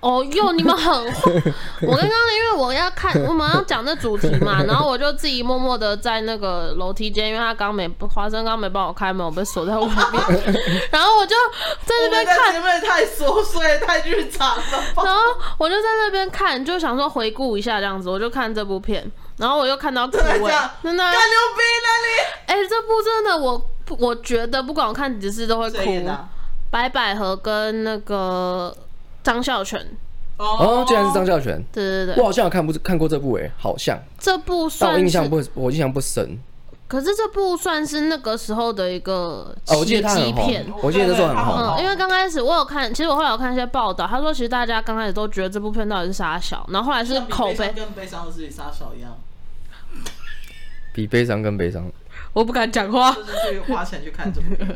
Speaker 2: 哦哟，你们很坏！我刚刚因为我要看我们要讲这主题 嘛，然后我就自己默默的在那个楼梯间，因为他刚没华生刚没帮我开门，我被锁在 外面，然后我就在
Speaker 1: 我
Speaker 2: 那
Speaker 1: 们
Speaker 2: 边看
Speaker 1: 在，前面太琐碎、太日常了吧？
Speaker 2: 然后我就在那边看，就想说回顾一下这样子，我就看这部片，然后我又看到哭、
Speaker 1: 真的假
Speaker 2: 欸
Speaker 1: 的，
Speaker 2: 真的啊，
Speaker 1: 太
Speaker 2: 哎、
Speaker 1: 牛逼了
Speaker 2: 这部真的我不我觉得不管我看几次都会
Speaker 1: 你！谁演
Speaker 2: 哭
Speaker 1: 的啊。？
Speaker 2: 白百合跟那个张孝全，
Speaker 3: 哦，竟然是张孝全。
Speaker 2: 对对
Speaker 3: 我
Speaker 2: 对，
Speaker 3: 好像有看不看过这部诶、欸好像，
Speaker 2: 这部
Speaker 3: 但我
Speaker 2: 算
Speaker 3: 印象
Speaker 2: 是，
Speaker 3: 不，我印象不深。
Speaker 2: 可是这部算是那个时候的一个
Speaker 3: 哦，我记
Speaker 2: 奇
Speaker 3: 得他
Speaker 2: 迹
Speaker 3: 很
Speaker 2: 片。
Speaker 3: 红，哦我记得那时候很
Speaker 1: 对对
Speaker 3: 红
Speaker 1: 他。
Speaker 2: 嗯，
Speaker 1: 很
Speaker 2: 因为刚开始我有看，其实我后来有看一些报道，他说其实大家刚开始都觉得这部片到底是啥小，然后后来是
Speaker 1: 像比
Speaker 2: 口
Speaker 1: 悲伤
Speaker 2: 碑，
Speaker 1: 跟悲伤的自己杀手一样，
Speaker 3: 比悲伤更悲伤。
Speaker 2: 我不敢讲话。
Speaker 1: 就是去花钱去看这部片。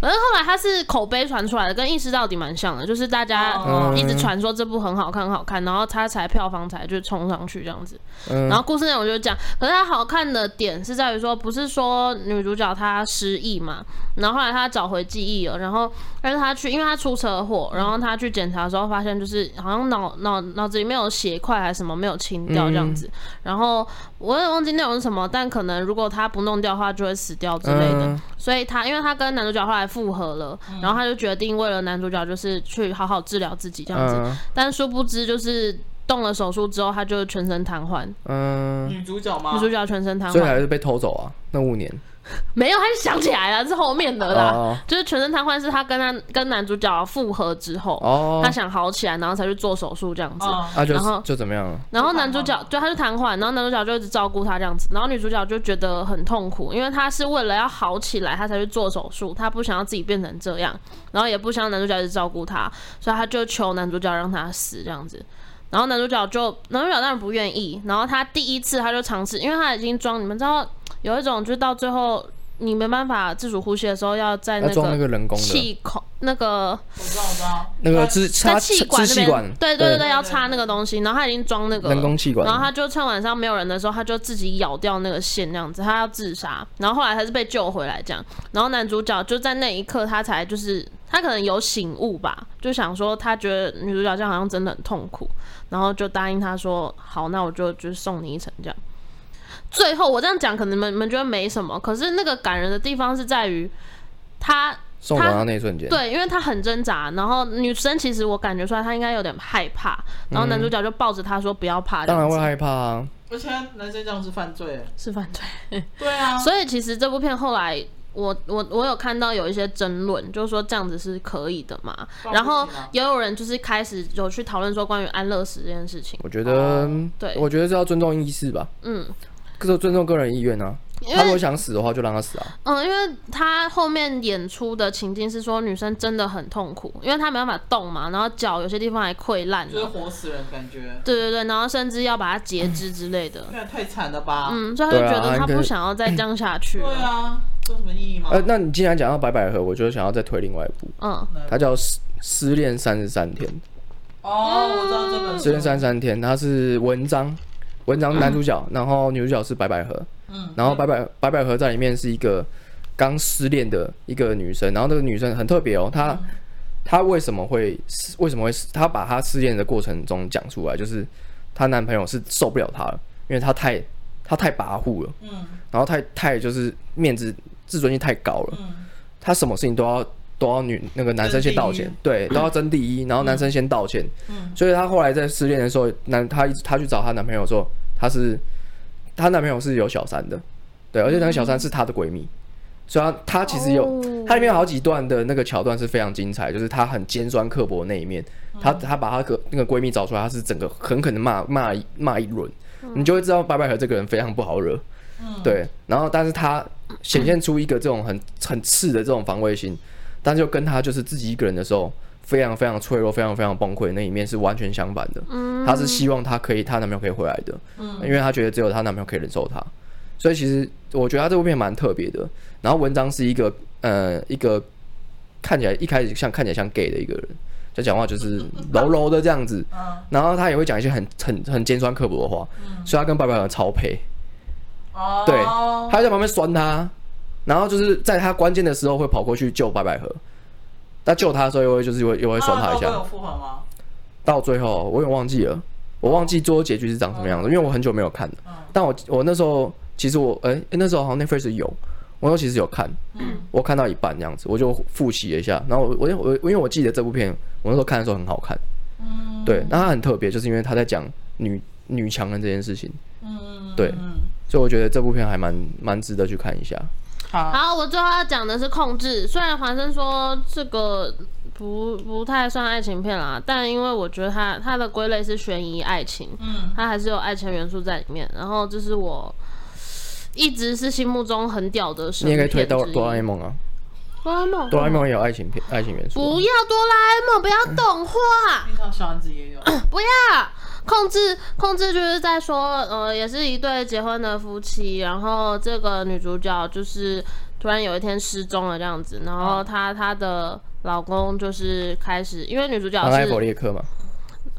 Speaker 2: 反正后来它是口碑传出来的，跟意识到底蛮像的，就是大家
Speaker 1: 哦
Speaker 2: 一直传说这部很好看，很好看，然后它才票房才就冲上去这样子。
Speaker 3: 嗯
Speaker 2: 然后故事内容就是这样，可是它好看的点是在于说，不是说女主角她失忆嘛，然后后来她找回记忆了，然后但是她去，因为她出车祸，然后她去检查的时候发现，就是好像脑脑脑子里面有血块还是什么没有清掉这样子，然
Speaker 3: 嗯
Speaker 2: 后我也忘记内容是什么，但可能如果她不弄掉的话，就会死掉之类的。
Speaker 3: 嗯
Speaker 2: 所以她因为她跟男主角后来复合了，然后她就决定为了男主角就是去好好治疗自己这样子，
Speaker 3: 嗯
Speaker 2: 但殊不知就是动了手术之后，她就全身瘫痪，
Speaker 3: 嗯，
Speaker 1: 女主角吗？
Speaker 2: 女主角全身瘫
Speaker 3: 所以
Speaker 2: 痪，
Speaker 3: 还是被偷走啊？那五年
Speaker 2: 没有，她就想起来了，是后面的啦，
Speaker 3: 哦
Speaker 2: 就是全身瘫痪是她跟她跟男主角复合之后，
Speaker 3: 哦
Speaker 2: 她，想好起来，然后才去做手术这样子。
Speaker 1: 啊，
Speaker 3: 啊就
Speaker 2: 然后
Speaker 3: 就怎么样了？
Speaker 2: 然后男主角就他就瘫痪，然后男主角就一直照顾他这样子，然后女主角就觉得很痛苦，因为她是为了要好起来，她才去做手术，她不想要自己变成这样，然后也不想要男主角一直照顾她，所以她就求男主角让她死这样子。然后男主角就男主角当然不愿意，然后他第一次他就尝试，因为他已经装，你们知道有一种就是到最后你没办法自主呼吸的时候，要在
Speaker 3: 要装那
Speaker 2: 个
Speaker 3: 个人工的，
Speaker 2: 气孔那个
Speaker 1: 我知道，我知道。
Speaker 3: 那个支
Speaker 2: 在
Speaker 3: 插
Speaker 2: 气
Speaker 3: 支
Speaker 2: 管那
Speaker 3: 气管
Speaker 2: 边，，对对对对，要插那个东西，然后他已经装那个了
Speaker 3: 人工气管
Speaker 2: 然后他就趁晚上没有人的时候，他就自己咬掉那个线，那样子，他要自杀。然后后来他是被救回来，这样。然后男主角就在那一刻，他才就是他可能有醒悟吧，就想说他觉得女主角这样好像真的很痛苦，然后就答应他说好，那我就就送你一程这样。最后我这样讲，可能你们你们觉得没什么，可是那个感人的地方是在于他
Speaker 3: 送走他那一瞬间，
Speaker 2: 对，因为她很挣扎，然后女生其实我感觉出来她应该有点害怕，然后男主角就抱着她说不要怕，
Speaker 3: 当然
Speaker 2: 这
Speaker 3: 会
Speaker 2: 样子
Speaker 3: 害怕啊。
Speaker 1: 而且男生这样是犯罪。
Speaker 2: 是犯罪。
Speaker 1: 对啊，
Speaker 2: 所以其实这部片后来。我我我有看到有一些争论，就是说这样子是可以的嘛，
Speaker 1: 当然不行啊
Speaker 2: 然后也有人就是开始有去讨论说关于安乐死这件事情，
Speaker 3: 我觉得
Speaker 2: 哦对，
Speaker 3: 我觉得是要尊重意识吧，
Speaker 2: 嗯，
Speaker 3: 这是尊重个人意愿啊。
Speaker 2: 因
Speaker 3: 他如
Speaker 2: 为
Speaker 3: 果想死的话，就让他死啊。
Speaker 2: 嗯，因为他后面演出的情境是说女生真的很痛苦，因为她没办法动嘛，然后脚有些地方还溃烂
Speaker 1: 就是
Speaker 2: 了，
Speaker 1: 活死人感觉，
Speaker 2: 对对对，然后甚至要把它截肢之类的，
Speaker 1: 那太惨了吧？
Speaker 2: 嗯，所以他就
Speaker 3: 对啊
Speaker 2: 觉得他
Speaker 3: 应该
Speaker 2: 不想要再这样下去
Speaker 1: 对
Speaker 2: 了。
Speaker 1: 啊，这有什么意义吗？
Speaker 3: 呃，那你既然讲到白百合，我就想要再推另外一部，
Speaker 2: 嗯，
Speaker 3: 它叫《失失恋三十三天》。
Speaker 1: 哦，我知道这本
Speaker 3: 《
Speaker 1: 书
Speaker 3: 失恋三十三天》，它是文章，文章男主角，然后女主角是白百合，
Speaker 1: 嗯，
Speaker 3: 然后白百白百合在里面是一个刚失恋的一个女生，然后那个女生很特别哦，她她为什么会失为什么会失她把她失恋的过程中讲出来，就是她男朋友是受不了她了，因为她太她太跋扈了，
Speaker 1: 嗯
Speaker 3: 然后太太就是面子自尊心太高了，
Speaker 1: 嗯
Speaker 3: 她什么事情都要都要女那个男生先道歉
Speaker 1: 争，
Speaker 3: 对，都要争第一，然后男生先道歉，
Speaker 1: 嗯
Speaker 3: 所以她后来在失恋的时候，男她一直她去找她男朋友的时候，她是她男朋友是有小三的，对，而且那个小三是她的闺蜜，所以它它其实有、
Speaker 2: 哦
Speaker 3: 它里面有好几段的那个桥段是非常精彩，就是她很尖酸刻薄的那一面，她她把她个那个闺蜜找出来，她是整个狠狠的骂骂一骂一轮，你就会知道白百合这个人非常不好惹，对，然后但是她显现出一个这种很很刺的这种防卫心，但就跟她就是自己一个人的时候。非常非常脆弱，非常非常崩溃的那一面是完全相反的。
Speaker 2: 嗯
Speaker 3: 她是希望她可以，她男朋友可以回来的，因为她觉得只有她男朋友可以忍受她。所以其实我觉得他这部片蛮特别的。然后文章是一个呃一个看起来一开始像看起来像 gay 的一个人，就讲话就是柔柔的这样子，
Speaker 1: 嗯
Speaker 3: 然后他也会讲一些很很很尖酸刻薄的话，所以他跟白百合超配，
Speaker 1: 哦，
Speaker 3: 对，他在旁边酸他，然后就是在他关键的时候会跑过去救白百合，那救他的时候又会就是又会又会酸他一下，
Speaker 1: 那哦有复合吗？
Speaker 3: 到最后我有点忘记了，我忘记最后结局是长什么样子，因为我很久没有看了。
Speaker 1: 嗯
Speaker 3: 但我我那时候其实我哎、诶那时候好像 Netflix 有，我那时候其实有看，
Speaker 1: 嗯
Speaker 3: 我看到一半这样子，我就复习了一下。然后我我我因为我记得这部片，我那时候看的时候很好看，
Speaker 1: 嗯，
Speaker 3: 对，那它很特别，就是因为它在讲女女强人这件事情，
Speaker 1: 嗯，
Speaker 3: 对
Speaker 1: 嗯，
Speaker 3: 所以我觉得这部片还蛮蛮值得去看一下。
Speaker 1: 好，
Speaker 2: 好，我最后要讲的是控制。虽然华生说这个不不太算爱情片啦，但因为我觉得它它的归类是悬疑爱情，
Speaker 1: 嗯
Speaker 2: 它还是有爱情元素在里面。然后这是我一直是心目中很屌的神
Speaker 3: 你也可以推
Speaker 2: 片
Speaker 3: 哆
Speaker 2: 之一
Speaker 3: 哆啦 A 梦啊，
Speaker 2: 哆啦 A 梦，
Speaker 3: 哆啦 A 梦也有爱情片爱情元素。
Speaker 2: 不要哆啦 A 梦，不要动画。
Speaker 1: 平常小丸子也有，
Speaker 2: 不要控制控制，就是在说，呃，也是一对结婚的夫妻，然后这个女主角就是突然有一天失踪了这样子，然后她她的老公就是开始，因为女主角
Speaker 3: 邦艾弗
Speaker 2: 是
Speaker 3: 列克嘛，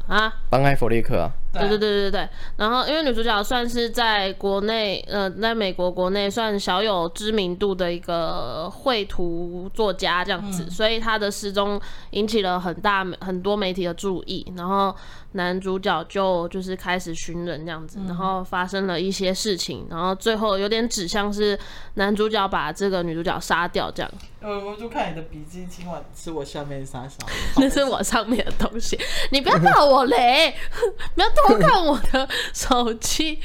Speaker 2: 啊，
Speaker 3: 邦艾弗列克啊，
Speaker 2: 对对，对对对，然后因为女主角算是在国内，呃，在美国国内算小有知名度的一个绘图作家这样子，所以她的失踪引起了很大很多媒体的注意，然后男主角就就是开始寻人这样子，然后发生了一些事情，然后最后有点指向是男主角把这个女主角杀掉这样，
Speaker 1: 呃，我就看你的笔记，今晚是我下面傻 傻，
Speaker 2: 那是我上面的东西，你不要爆我雷， 不要偷看我的手机。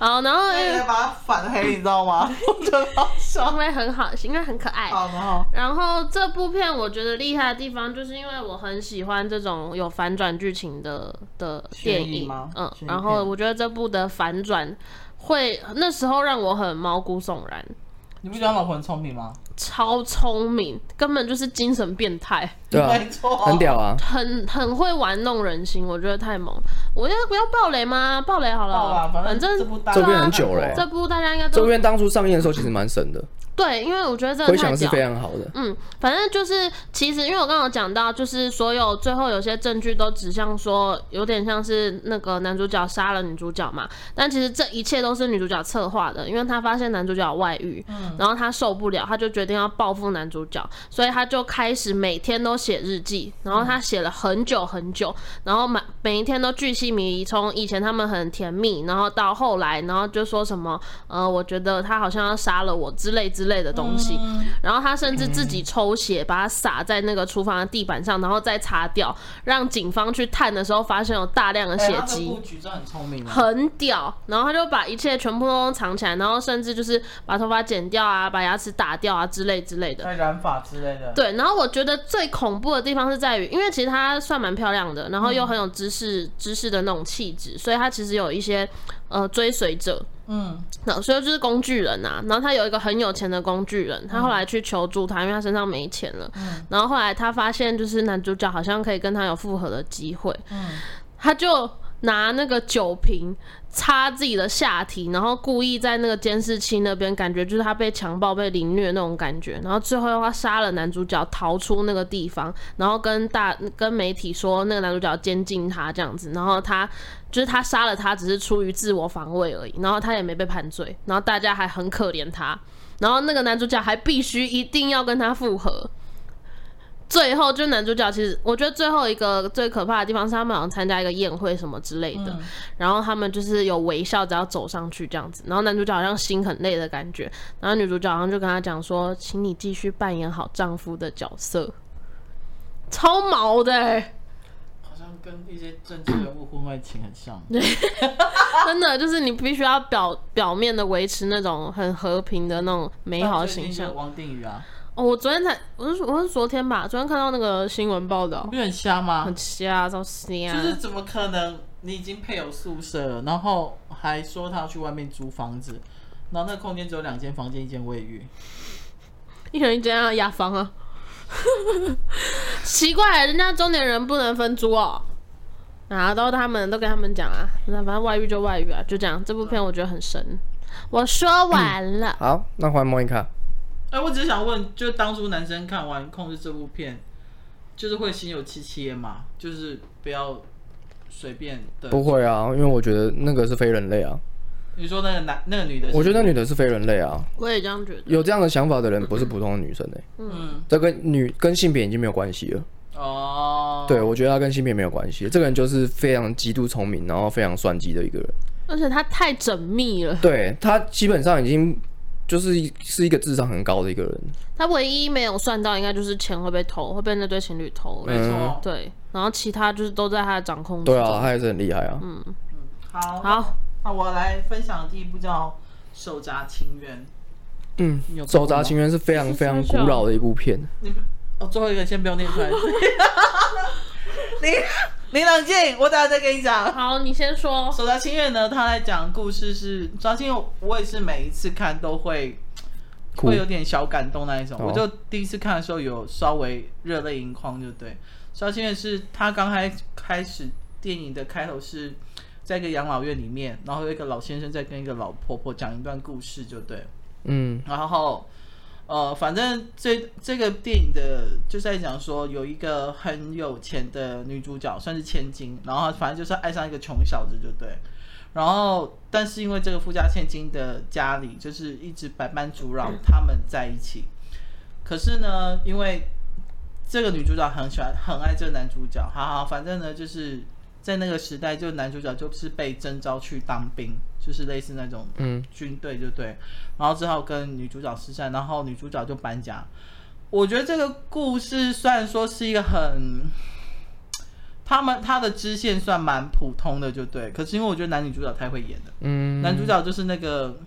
Speaker 2: 好，然后因
Speaker 1: 对，
Speaker 2: 为
Speaker 1: 把它反黑，你知道吗？我觉得好
Speaker 2: 因
Speaker 1: 笑。
Speaker 2: 为很好，应该很可爱。
Speaker 1: 好，然后
Speaker 2: 然后这部片我觉得厉害的地方，就是因为我很喜欢这种有反转剧情的的电
Speaker 1: 悬疑
Speaker 2: 影
Speaker 1: 吗，
Speaker 2: 嗯
Speaker 1: 悬疑，片
Speaker 2: 然后我觉得这部的反转会那时候让我很毛骨悚然，
Speaker 1: 你不觉得他老婆很聪明吗？
Speaker 2: 超聪明，根本就是精神变态。
Speaker 3: 对啊，
Speaker 1: 没错，
Speaker 3: 很。屌啊，
Speaker 2: 很很会玩弄人心，我觉得太猛。我要不要爆雷吗？爆雷好了，
Speaker 1: 爆吧，正
Speaker 2: 反
Speaker 1: 这
Speaker 2: 正
Speaker 1: 部大
Speaker 3: 啊这部很久了欸
Speaker 2: 这部大家应该
Speaker 3: 这
Speaker 2: 都
Speaker 3: 部片当初上映的时候其实蛮神的，
Speaker 2: 对，因为我觉得这
Speaker 3: 回
Speaker 2: 个太
Speaker 3: 响是
Speaker 2: 屌
Speaker 3: 非。常好的。
Speaker 2: 嗯，反正就是，其实因为我刚刚有讲到，就是所有最后有些证据都指向说，有点像是那个男主角杀了女主角嘛。但其实这一切都是女主角策划的，因为她发现男主角有外遇，然后她受不了，她就决定要报复男主角，所以她就开始每天都写日记，然后她写了很久很久，然后每每一天都巨细靡遗，从以前他们很甜蜜，然后到后来，然后就说什么，呃，我觉得他好像要杀了我之类之类的东西，然后他甚至自己抽血，把它洒在那个厨房的地板上，然后再擦掉，让警方去探的时候发现有大量的
Speaker 1: 哎
Speaker 2: 血
Speaker 1: 他
Speaker 2: 迹。
Speaker 1: 这布局真的很聪明啊，
Speaker 2: 很屌，然后他就把一切全部都藏起来，然后甚至就是把头发剪掉啊，把牙齿打掉啊之类之类的。
Speaker 1: 在染发之类的。
Speaker 2: 对，然后我觉得最恐怖的地方是在于，因为其实她算蛮漂亮的，然后又很有知识、知识的那种气质，所以她其实有一些呃追随者，
Speaker 1: 嗯，
Speaker 2: 那所以就是工具人呐、然后她有一个很有钱的工具人，她后来去求助他，因为她身上没钱了。然后后来她发现，就是男主角好像可以跟她有复合的机会，她就拿那个酒瓶擦自己的下体，然后故意在那个监视器那边，感觉就是她被强暴、被凌虐那种感觉。然后最后她杀了男主角，逃出那个地方，然后跟大跟媒体说那个男主角监禁她这样子。然后她就是她杀了他，只是出于自我防卫而已。然后她也没被判罪，然后大家还很可怜她。然后那个男主角还必须一定要跟她复合。最后就男主角其实，我觉得最后一个最可怕的地方是他们好像参加一个宴会什么之类的，然后他们就是有微笑，只要走上去这样子，然后男主角好像心很累的感觉，然后女主角好像就跟他讲说，请你继续扮演好丈夫的角色，超毛的、欸，
Speaker 1: 好像跟一些政治人物婚外情很像。
Speaker 2: 真的就是你必须要表表面的维持那种很和平的那种美好的形象。
Speaker 1: 王定宇啊，
Speaker 2: 哦，我昨天才，我是我是昨天吧，昨天看到那个新闻报道
Speaker 1: 你，不是很瞎吗
Speaker 2: 很？瞎，啊超瞎。
Speaker 1: 就是怎么可能？你已经配有宿舍了，然后还说他要去外面租房子，然后那个空间只有两间房间，一间卫浴。
Speaker 2: 一人一间啊，雅房啊。 奇怪，人家中年人不能分租哦。啊，都他们都跟他们讲啊，那反正外遇就外遇啊，就这样。这部片我觉得很神。我说完了，
Speaker 3: 好，那换莫妮卡。
Speaker 1: 哎、我只是想问，就是当初男生看完《控制》这部片，就是会心有戚戚焉嘛？就是不要随便的。
Speaker 3: 不会啊，因为我觉得那个是非人类啊，
Speaker 1: 你说那个男那个女的是，
Speaker 3: 我觉得那女的是非人类啊，
Speaker 2: 我也这样觉得。
Speaker 3: 有这样的想法的人不是普通的女生哎、
Speaker 1: 嗯
Speaker 3: 这跟女跟性别已经没有关系了。
Speaker 1: 哦，
Speaker 3: 对，我觉得她跟性别没有关系。这个人就是非常极度聪明，然后非常算计的一个人。
Speaker 2: 而且他太缜密了，
Speaker 3: 对他基本上已经就是一是一个智商很高的一个人。
Speaker 2: 他唯一没有算到应该就是钱会被偷，会被那对情侣偷。
Speaker 1: 没错。
Speaker 2: 对，然后其他就是都在他的掌控之
Speaker 3: 嗯对
Speaker 2: 中。嗯
Speaker 3: 啊，他还是很厉害
Speaker 1: 嗯
Speaker 3: 啊。
Speaker 1: 好，
Speaker 2: 好，
Speaker 1: 那我来分享的第一部叫《手札情缘》。
Speaker 3: 嗯，
Speaker 1: 你有
Speaker 3: 手札
Speaker 1: 情
Speaker 3: 情缘是非常非常古老的一部片。
Speaker 1: 哦，最后一个先不要念出来。 你你冷静，我等下再跟你讲。
Speaker 2: 好，你先说。
Speaker 1: 手札情缘呢，他在讲故事是手札情缘，我也是每一次看都会
Speaker 3: 哭
Speaker 1: 会有点小感动那一种。
Speaker 3: 哦
Speaker 1: 我就第一次看的时候有稍微热泪盈眶，就对。手札情缘是他刚开开始电影的开头是在一个养老院里面，然后有一个老先生在跟一个老婆婆讲一段故事，就对。
Speaker 3: 嗯，
Speaker 1: 然后，呃，反正这这个电影的就在讲说，有一个很有钱的女主角，算是千金，然后反正就是爱上一个穷小子，就对。然后，但是因为这个富家千金的家里就是一直百般阻扰他们在一起，可是呢，因为这个女主角很喜欢很爱这个男主角，好好，反正呢就是。在那个时代，就男主角就是被征召去当兵，就是类似那种
Speaker 3: 嗯
Speaker 1: 军队，就对。然后之后跟女主角失散，然后女主角就搬家。我觉得这个故事虽然说是一个很，他们他的支线算蛮普通的，就对。可是因为我觉得男女主角太会演了，
Speaker 3: 嗯，
Speaker 1: 男主角就是那个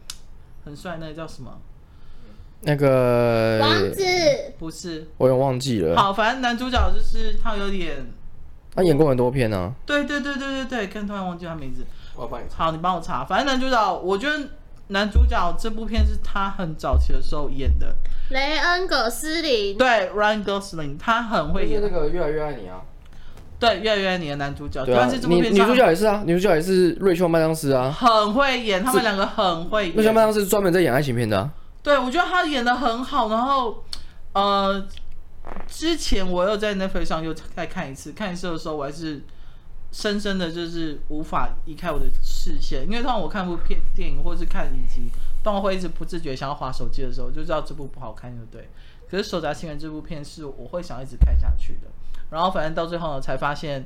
Speaker 1: 很帅，那个叫什么？
Speaker 3: 那个
Speaker 1: 不是，
Speaker 3: 我有点忘记了，
Speaker 1: 好，反正男主角就是他有点，
Speaker 3: 他演过很多片啊。
Speaker 1: 对对对对对对，看突然忘记他名字。
Speaker 3: 我帮你
Speaker 1: 好，你帮我查。反正男主角，我觉得男主角这部片是他很早期的时候演的，
Speaker 2: 雷恩·葛斯林，
Speaker 1: 对，Ryan Gosling，他很会演。
Speaker 3: 个越来越爱你啊。
Speaker 1: 对，越来越爱你的男主角，
Speaker 3: 对啊，
Speaker 1: 但是这部
Speaker 3: 女
Speaker 1: 片
Speaker 3: 女
Speaker 1: 上
Speaker 3: 主角也是啊，女主角也是瑞秋麦当斯啊，
Speaker 1: 很会演，他们两个很会
Speaker 3: 瑞秋麦
Speaker 1: 演。
Speaker 3: 当斯专门在演爱情片的、啊。
Speaker 1: 对，我觉得他演的很好。然后，呃，之前我又在 Netflix 上又再看一次，看一次的时候，我还是深深的就是无法移开我的视线，因为当我看部片电影或是看影集，当我会一直不自觉想要划手机的时候，就知道这部不好看，就对。可是《手札情缘》这部片是我会想一直看下去的。然后反正到最后呢，才发现，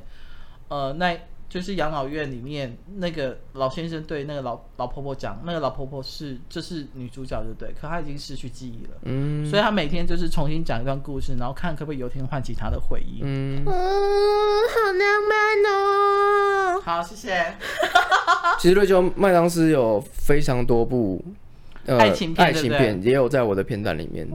Speaker 1: 呃，那就是养老院里面那个老先生对那个老老婆婆讲，那个老婆婆是就是女主角，对不对？可她已经失去记忆了，
Speaker 3: 嗯
Speaker 1: 所以她每天就是重新讲一段故事，然后看可不可以有一天唤起她的回忆。
Speaker 3: 嗯，
Speaker 2: 嗯，好浪漫哦。
Speaker 1: 好，谢谢。啊
Speaker 3: 其实瑞秋麦当斯有非常多部。呃
Speaker 1: 爱情片
Speaker 3: 爱
Speaker 1: 对不
Speaker 3: 情
Speaker 1: 对
Speaker 3: 片也有在我的片单里面，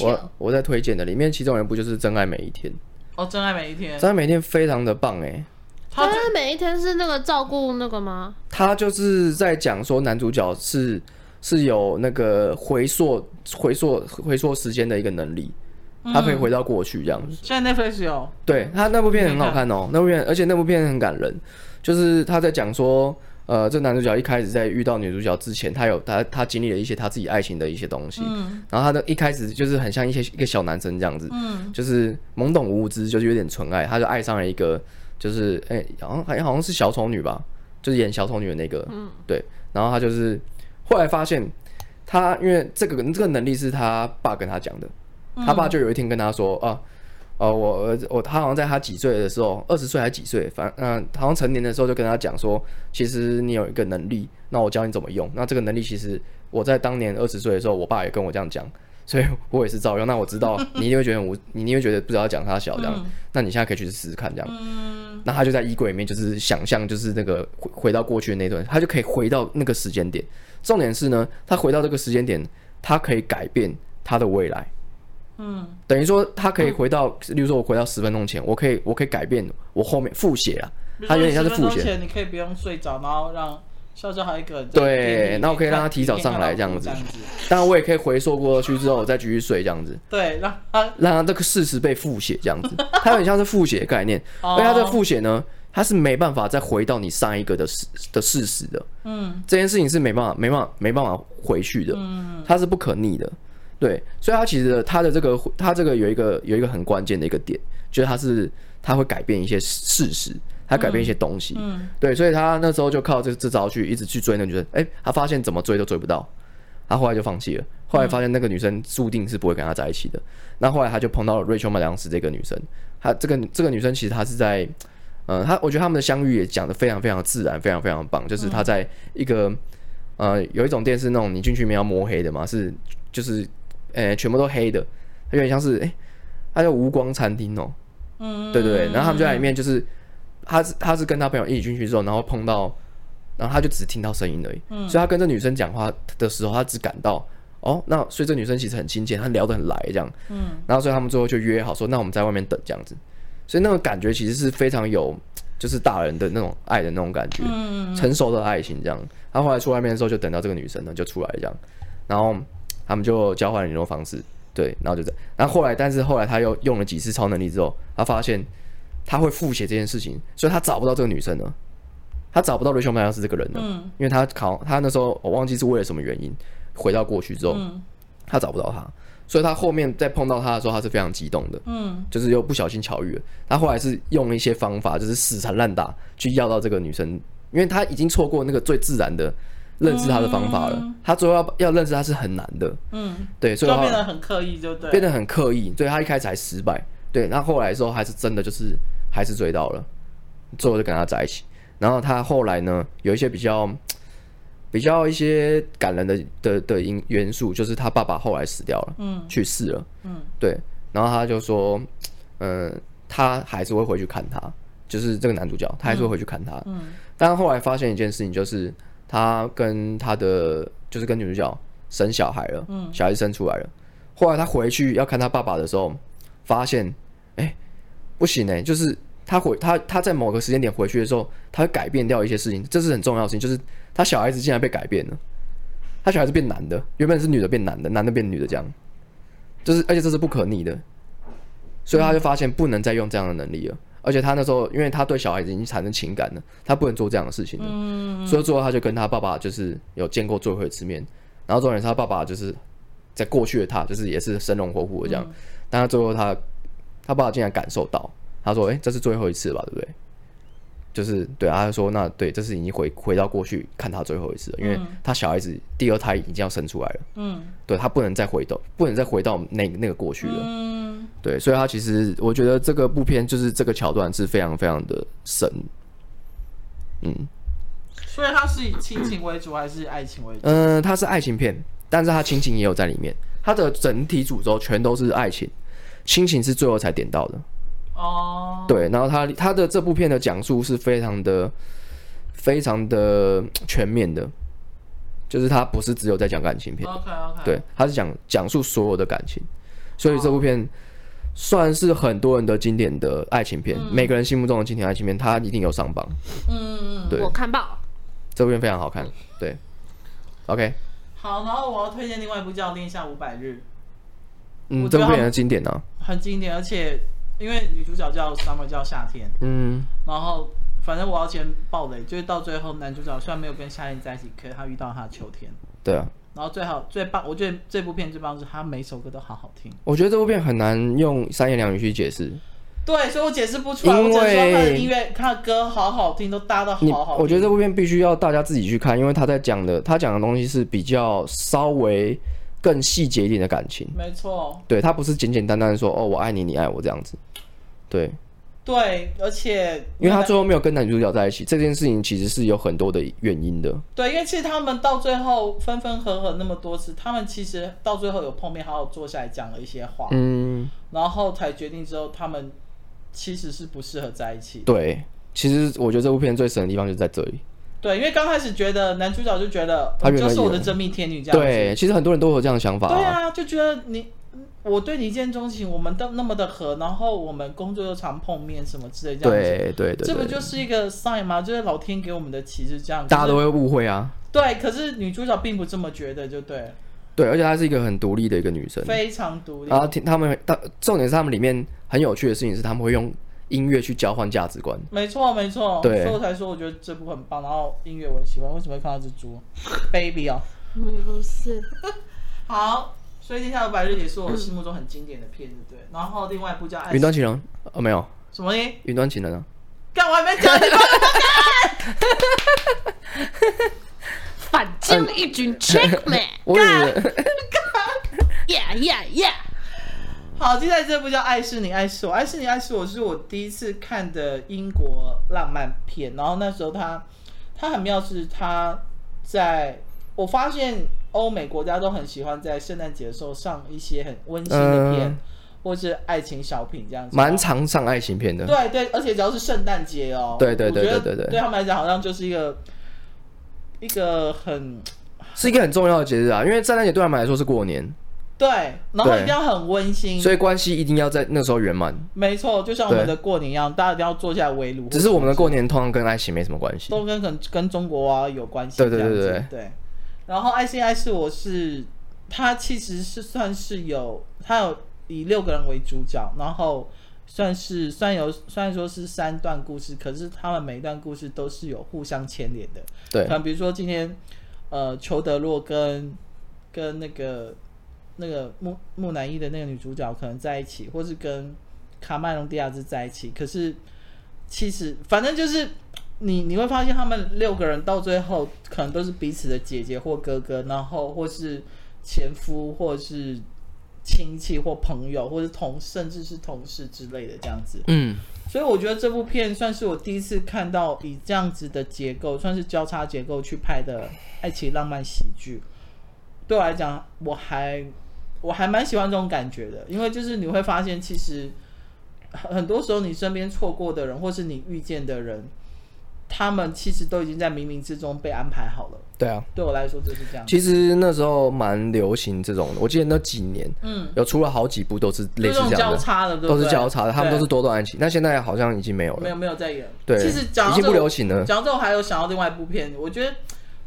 Speaker 3: 我我在推荐的里面，其中有一部就是《真爱每一天》，
Speaker 1: 哦，真爱每一
Speaker 3: 《
Speaker 1: 天，
Speaker 3: 真爱每一天》非常的棒哎、
Speaker 1: 她
Speaker 2: 他
Speaker 1: 这
Speaker 2: 每一天是那个照顾那个吗？
Speaker 3: 他就是在讲说男主角是是有那个回溯回溯回溯时间的一个能力，他可以回到过去这样子。
Speaker 1: 现在 Netflix 有，
Speaker 3: 对他那部片很好看哦，那部片而且那部片很感人，就是他在讲说，呃，这男主角一开始在遇到女主角之前，他有他他经历了一些他自己爱情的一些东西，
Speaker 1: 嗯
Speaker 3: 然后他的一开始就是很像一些一个小男生这样子，
Speaker 1: 嗯，
Speaker 3: 就是懵懂无知，就是有点纯爱，他就爱上了一个，就是哎、好像还好像是小丑女吧，就是演小丑女的那个，嗯，对，然后他就是后来发现他因为这个这个能力是他爸跟他讲的，他爸就有一天跟他说啊。呃，我儿子，我他好像在他几岁的时候，二十岁还几岁，反正嗯、好像成年的时候就跟他讲说，其实你有一个能力，那我教你怎么用。那这个能力其实我在当年二十岁的时候，我爸也跟我这样讲，所以我也是照用。那我知 道你一定会觉得很无，你一定会觉得不知道讲他小这样。
Speaker 1: 嗯
Speaker 3: 那你现在可以去试试看这样。那他就在衣柜里面，就是想象，就是那个回回到过去的那段，他就可以回到那个时间点。重点是呢，他回到这个时间点，他可以改变他的未来。
Speaker 1: 嗯
Speaker 3: 等于说，他可以回到，例如说，我回到十分钟前，我可以，我可以改变我后面复写啊，
Speaker 1: 比如
Speaker 3: 他
Speaker 1: 说
Speaker 3: 有
Speaker 1: 你
Speaker 3: 点像是
Speaker 1: 10分
Speaker 3: 复
Speaker 1: 钟
Speaker 3: 写，
Speaker 1: 前你可以不用睡着，然后让笑笑还一个人在店
Speaker 3: 对
Speaker 1: 里，
Speaker 3: 那我可以让他
Speaker 1: 看
Speaker 3: 提早
Speaker 1: 一天
Speaker 3: 上
Speaker 1: 看
Speaker 3: 来
Speaker 1: 到
Speaker 3: 这样
Speaker 1: 五
Speaker 3: 子
Speaker 1: 这样子，
Speaker 3: 当然我也可以回溯过去之后，我再继续睡这样子，
Speaker 1: 对，让他
Speaker 3: 让他这个事实被复写这样子，它有点像是复写的概念，而且它这个
Speaker 1: 哦
Speaker 3: 复写呢，它是没办法再回到你上一个的事的事实的，
Speaker 1: 嗯
Speaker 3: 这件事情是没办法、没办法、没办法回去的，
Speaker 1: 嗯
Speaker 3: 它是不可逆的。对，所以它其实它的这个它这个有一个有一个很关键的一个点，就是它是它会改变一些事实，它改变一些东西。
Speaker 1: 嗯
Speaker 3: 对，所以他那时候就靠这这招去一直去追那个女生，哎、他发现怎么追都追不到，他后来就放弃了。后来发现那个女生注定是不会跟他在一起的。那后来他就碰到了瑞秋麦当斯这个女生，她这个这个女生其实她是在，呃，她我觉得他们的相遇也讲得非常非常自然，非常非常棒，
Speaker 1: 嗯
Speaker 3: 就是她在一个、呃有一种店是那种你进去没有摸黑的嘛，是就是呃全部都黑的，它有点像是哎、它叫无光餐厅哦、
Speaker 1: 嗯，
Speaker 3: 对对对，然后他们就在里面，就是他是他是跟他朋友一起进去之后，然后碰到，然后他就只听到声音而已，
Speaker 1: 嗯
Speaker 3: 所以他跟这女生讲话的时候，他只感到哦，那所以这女生其实很亲切，他聊得很来这样，
Speaker 1: 嗯，
Speaker 3: 然后所以他们最后就约好说，那我们在外面等这样子，所以那种感觉其实是非常有就是大人的那种爱的那种感觉，
Speaker 1: 嗯
Speaker 3: 成熟的爱情这样。他后来出外面的时候，就等到这个女生呢就出来这样，然后他们就交换联络方式，对，然后就这样。然后后来，但是后来他又用了几次超能力之后，他发现他会复写这件事情，所以他找不到这个女生了，他找不到瑞秋麦当斯这个人了，
Speaker 1: 嗯
Speaker 3: 因为他考他那时候我忘记是为了什么原因回到过去之后，
Speaker 1: 嗯
Speaker 3: 他找不到他，所以他后面再碰到他的时候，他是非常激动的。
Speaker 1: 嗯
Speaker 3: 就是又不小心巧遇了。他后来是用一些方法，就是死缠烂打去要到这个女生，因为他已经错过那个最自然的认识她的方法了。
Speaker 1: 嗯
Speaker 3: 他最后要要认识她是很难的，
Speaker 1: 嗯，
Speaker 3: 对，
Speaker 1: 就
Speaker 3: 所以他
Speaker 1: 变得很刻意，就对，
Speaker 3: 变得很刻意，对他一开始还失败，对，那后来的时候还是真的就是还是追到了，最后就跟他在一起。然后他后来呢，有一些比较比较一些感人的的的因元素，就是他爸爸后来死掉了，
Speaker 1: 嗯
Speaker 3: 去世了，
Speaker 1: 嗯，
Speaker 3: 对，然后他就说，嗯、他还是会回去看他，就是这个男主角，他还是会回去看他，
Speaker 1: 嗯
Speaker 3: 但后来发现一件事情，就是他跟他的就是跟女主角生小孩了，
Speaker 1: 嗯
Speaker 3: 小孩子生出来了。后来他回去要看他爸爸的时候，发现，哎、不行哎、就是他回他他在某个时间点回去的时候，他会改变掉一些事情，这是很重要的事情，就是他小孩子竟然被改变了，他小孩子变男的，原本是女的变男的，男的变女的这样，就是而且这是不可逆的，所以他就发现不能再用这样的能力了。而且他那时候，因为他对小孩子已经产生情感了，他不能做这样的事情了，所以最后他就跟他爸爸就是有见过最后一次面，然后重点是他爸爸就是在过去的他，就是也是生龙活虎的这样，但他最后他他爸爸竟然感受到，他说：“哎、这是最后一次吧，对不对？”就是对，啊他就说：“那对，这是已经回回到过去看他最后一次了，因为他小孩子第二胎已经要生出来了，
Speaker 1: 嗯
Speaker 3: 对他不能再回到，不能再回到那那个过去了。
Speaker 1: 嗯
Speaker 3: 对，所以他其实我觉得这个部片就是这个桥段是非常非常的神。嗯
Speaker 1: 所以他是以亲情为主还是爱情为主？
Speaker 3: 嗯、呃它是爱情片，但是它亲情也有在里面，它的整体主轴全都是爱情，亲情是最后才点到的。
Speaker 1: 哦，
Speaker 3: 对，然后他他的这部片的讲述是非常的、非常的全面的，就是他不是只有在讲感情片，
Speaker 1: ，OK OK，，
Speaker 3: 对，他是讲讲述所有的感情，所以这部片算是很多人的经典的爱情片，每个人心目中的经典爱情片，它一定有上榜。
Speaker 1: 嗯，
Speaker 3: 对
Speaker 2: 我看爆，
Speaker 3: 这部片非常好看，对。OK，
Speaker 1: 好，然后我要推荐另外一部叫《恋下五百日
Speaker 3: 嗯，
Speaker 1: 我觉
Speaker 3: 这
Speaker 1: 得
Speaker 3: 部
Speaker 1: 他
Speaker 3: 片也是经典啊，》，
Speaker 1: 很经典，而且因为女主角叫 Summer，叫夏天，
Speaker 3: 嗯，
Speaker 1: 然后反正我要先爆雷，就是到最后男主角虽然没有跟夏天在一起，可是他遇到他的秋天，
Speaker 3: 对啊，
Speaker 1: 然后最好最棒，我觉得这部片最棒是他每首歌都好好听。
Speaker 3: 我觉得这部片很难用三言两语去解释，
Speaker 1: 对，所以我解释不出来，我
Speaker 3: 因
Speaker 1: 只能说他的
Speaker 3: 为
Speaker 1: 音乐、他的歌好好听，都搭的
Speaker 3: 你
Speaker 1: 好好听。
Speaker 3: 我觉得这部片必须要大家自己去看，因为他在讲的他讲的东西是比较稍微更细节一点的感情，
Speaker 1: 没错，
Speaker 3: 对他不是简简单单地说哦我爱你，你爱我这样子，对，
Speaker 1: 对，而且
Speaker 3: 因为他最后没有跟男主角在一起，这件事情其实是有很多的原因的。
Speaker 1: 对，因为其实他们到最后分分合合那么多次，他们其实到最后有碰面，好好坐下来讲了一些话，
Speaker 3: 嗯，
Speaker 1: 然后才决定之后他们其实是不适合在一起的。
Speaker 3: 对，其实我觉得这部片最神的地方就在这里。
Speaker 1: 对，因为刚开始觉得男主角就觉得
Speaker 3: 他
Speaker 1: 你
Speaker 3: 原来
Speaker 1: 就是我的
Speaker 3: 有
Speaker 1: 真命天女这样子，
Speaker 3: 对，其实很多人都有这样的想法、
Speaker 1: 对啊，就觉得你我对你一见钟情，我们都那么的合，然后我们工作又常碰面什么之类这样子，
Speaker 3: 对对对对，
Speaker 1: 这不就是一个 sign 吗？就是老天给我们的旗帜这样，
Speaker 3: 大家
Speaker 1: 可
Speaker 3: 都
Speaker 1: 是
Speaker 3: 会误会啊。
Speaker 1: 对，可是女主角并不这么觉得，就对了，
Speaker 3: 对，而且她是一个很独立的一个女生。
Speaker 1: 非常独立
Speaker 3: 然，后听他们，他重点是他们里面很有趣的事情是，他们会用音乐去交换价值观。
Speaker 1: 没错没错，
Speaker 3: 对
Speaker 1: 所以我才说我觉得这部很棒，然后音乐我很喜欢，为什么会放到蜘蛛 baby 哦？
Speaker 2: 嗯，不是，
Speaker 1: 好，所以接下来《白日》也是我心目中很经典的片，对不对？然后另外一部叫《爱
Speaker 3: 云端情人，哦，没有，
Speaker 1: 什么呢？
Speaker 3: 云端情人啊，
Speaker 1: 干我还没 讲，
Speaker 2: 反将一军 checkmate，
Speaker 3: 我以为
Speaker 2: yeah yeah yeah，
Speaker 1: 好，接下来这部叫《爱是你，爱是我》，《爱是你，爱是我》是我第一次看的英国浪漫片。然后那时候他，他很妙是他在，我发现欧美国家都很喜欢在圣诞节的时候上一些很温馨的片，
Speaker 3: 嗯
Speaker 1: 或是爱情小品这样子。
Speaker 3: 蛮常上爱情片的。
Speaker 1: 对啊对，而且只要是圣诞节哦，
Speaker 3: 对对对
Speaker 1: 我觉得
Speaker 3: 对对对
Speaker 1: 对他们来讲好像就是一个一个很
Speaker 3: 是一个很重要的节日啊，因为圣诞节对他们来说是过年，
Speaker 1: 对，然后
Speaker 3: 对
Speaker 1: 一定要很温馨。
Speaker 3: 所以关系一定要在那时候圆满。
Speaker 1: 没错，就像我们
Speaker 3: 对
Speaker 1: 的过年一样，大家一定要坐下来围炉。
Speaker 3: 只是我们的过年通常跟爱情没什么关系。
Speaker 1: 都跟跟跟中国啊有关系，
Speaker 3: 对对
Speaker 1: 这样
Speaker 3: 对
Speaker 1: 子
Speaker 3: 对
Speaker 1: 对。然后 ICI 是我是它其实是算是有它有以六个人为主角，然后算是虽然有虽然说是三段故事，可是他们每一段故事都是有互相牵连的。
Speaker 3: 对
Speaker 1: 可，能比如说今天呃裘德洛跟跟那个那个木木乃伊的那个女主角可能在一起，或是跟卡麦隆迪亚兹在一起，可是其实反正就是你你会发现他们六个人到最后可能都是彼此的姐姐或哥哥，然后或是前夫或是。亲戚或朋友，或是同，甚至是同事之类的这样子，
Speaker 4: 嗯，
Speaker 1: 所以我觉得这部片算是我第一次看到以这样子的结构，算是交叉结构去拍的爱情浪漫喜剧。对我来讲，我还我还蛮喜欢这种感觉的，因为就是你会发现，其实很很多时候你身边错过的人，或是你遇见的人，他们其实都已经在冥冥之中被安排好了。
Speaker 3: 对啊，
Speaker 1: 对我来说就是这样。
Speaker 3: 其实那时候蛮流行这种的，我记得那几年
Speaker 1: 嗯，
Speaker 3: 有出了好几部都是类
Speaker 1: 就
Speaker 3: 似
Speaker 1: 种
Speaker 3: 这样
Speaker 1: 交
Speaker 3: 的，
Speaker 1: 叉的，对不
Speaker 3: 都
Speaker 1: 对
Speaker 3: 是交叉的，他们都是
Speaker 1: 对
Speaker 3: 多段爱情，但现在好像已经没有
Speaker 1: 没有
Speaker 3: 了。
Speaker 1: 没有在演。
Speaker 3: 对，
Speaker 1: 其实讲
Speaker 3: 已
Speaker 1: 到
Speaker 3: 经
Speaker 1: 这
Speaker 3: 不
Speaker 1: 个
Speaker 3: 流行了。
Speaker 1: 讲到这，我还有想到另外一部片，我觉得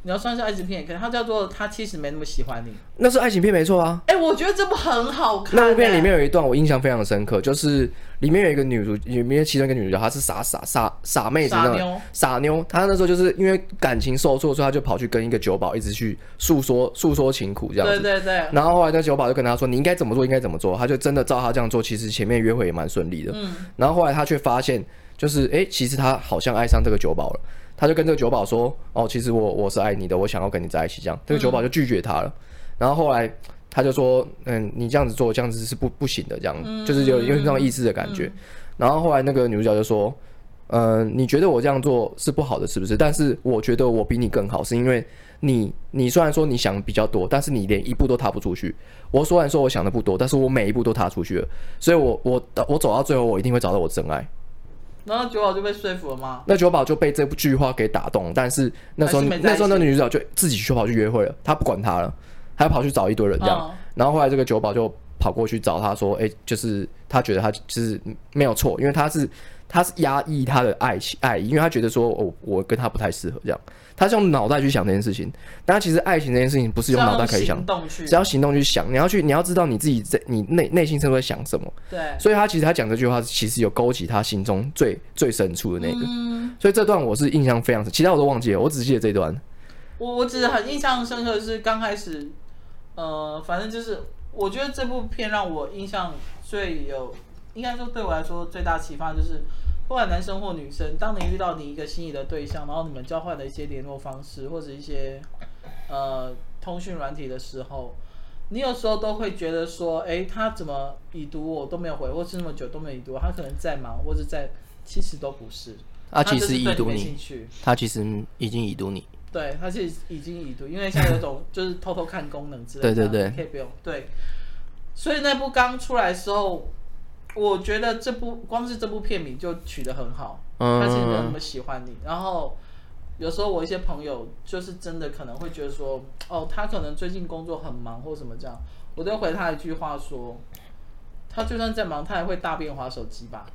Speaker 1: 你要算是爱情片也可以，它叫做《他其实没那么喜欢你》。
Speaker 3: 那是爱情片没错啊。
Speaker 1: 哎、我觉得这部很好看、欸
Speaker 3: 那部片里，面有一段我印象非常深刻，就是里面有一个女主，里面其中一个女主角她是傻傻傻傻妹子那
Speaker 1: 傻妞
Speaker 3: 种傻妞，她那时候就是因为感情受挫，所以她就跑去跟一个酒保一直去诉说诉说情苦这样
Speaker 1: 对
Speaker 3: 子。
Speaker 1: 对对，
Speaker 3: 然后后来那酒保就跟她说你应该怎么做，应该怎么做，她就真的照她这样做，其实前面约会也蛮顺利的。然后后来她却发现，就是哎、诶其实她好像爱上这个酒保了。她就跟这个酒保说：“哦，其实我我是爱你的，我想要跟你在一起。”这样，这个酒保就拒绝她了。然后后来他就说：“嗯，你这样子做，这样子是不不行的，这样、就是有有点那种意志的感觉。然后后来那个女主角就说：“嗯，你觉得我这样做是不好的，是不是？但是我觉得我比你更好，是因为你你虽然说你想比较多，但是你连一步都踏不出去。我虽然说我想的不多，但是我每一步都踏出去了，所以我我我走到最后，我一定会找到我真爱。”
Speaker 1: 然后九宝就被说服了吗？
Speaker 3: 那九宝就被这部句话给打动，但是那时候
Speaker 1: 还是没在一起
Speaker 3: 那时候那女主角就自己去跑去约会了，她不管他了，她跑去找一堆人这样。
Speaker 1: 嗯
Speaker 3: 然后后来这个九宝就跑过去找他说：“哎、就是他觉得他就是没有错，因为他是他是压抑他的爱情爱意，因为他觉得说我我跟他不太适合这样。”他是用脑袋去想这件事情，但其实爱情这件事情不是用脑袋可以想
Speaker 1: 行，动去，
Speaker 3: 只要行动去想，你要去你要知道你自己在你内内心深处在想什么。
Speaker 1: 对，
Speaker 3: 所以他其实他讲这句话，其实有勾起他心中最最深处的那个。
Speaker 1: 嗯，
Speaker 3: 所以这段我是印象非常深，其他我都忘记了，我只记得这段。
Speaker 1: 我我只是很印象深刻的是刚开始，呃，反正就是我觉得这部片让我印象最有，应该说对我来说最大启发就是。不管男生或女生，当你遇到你一个心仪的对象，然后你们交换了一些联络方式或者一些呃通讯软体的时候，你有时候都会觉得说，哎、他怎么已读我都没有回，或是那么久都没有已读我，他可能在忙，或是在，其实都不是。
Speaker 3: 啊
Speaker 1: 他就
Speaker 3: 其实
Speaker 1: 是对
Speaker 3: 已读
Speaker 1: 没
Speaker 3: 你
Speaker 1: 兴趣，
Speaker 3: 他其实已经已读你，
Speaker 1: 对，他是已经已读，因为现在有种就是偷偷看功能之类的，
Speaker 3: 对对对
Speaker 1: 你可以不用对。所以那部刚出来的时候，我觉得这部光是这部片名就取得很好，
Speaker 3: 嗯
Speaker 1: 但是没有那么喜欢你。然后有时候我一些朋友就是真的可能会觉得说，哦，他可能最近工作很忙或什么这样，我都回他一句话说，他就算再忙，他也会大便划手机吧。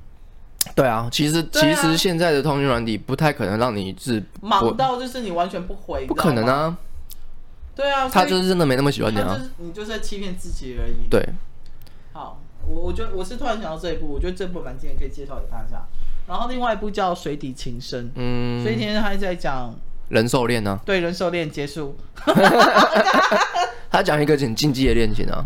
Speaker 3: 对啊，其实
Speaker 1: 对
Speaker 3: 其
Speaker 1: 啊
Speaker 3: 实现在的通讯软体不太可能让你是
Speaker 1: 忙到就是你完全不回，你
Speaker 3: 不
Speaker 1: 知道
Speaker 3: 可能
Speaker 1: 吗！
Speaker 3: 啊，
Speaker 1: 对啊，
Speaker 3: 他
Speaker 1: 所以
Speaker 3: 就是真的没那么喜欢你
Speaker 1: 他
Speaker 3: 啊
Speaker 1: 就，是你就是在欺骗自己而已。
Speaker 3: 对，
Speaker 1: 好，我我觉得我是突然想到这一部，我觉得这部蛮经典，可以介绍给大家。然后另外一部叫《水底情深》，
Speaker 3: 嗯，
Speaker 1: 水底情深他在讲
Speaker 3: 人兽恋啊呢，
Speaker 1: 对人兽恋结束。
Speaker 3: 他讲一个很禁忌的恋情啊，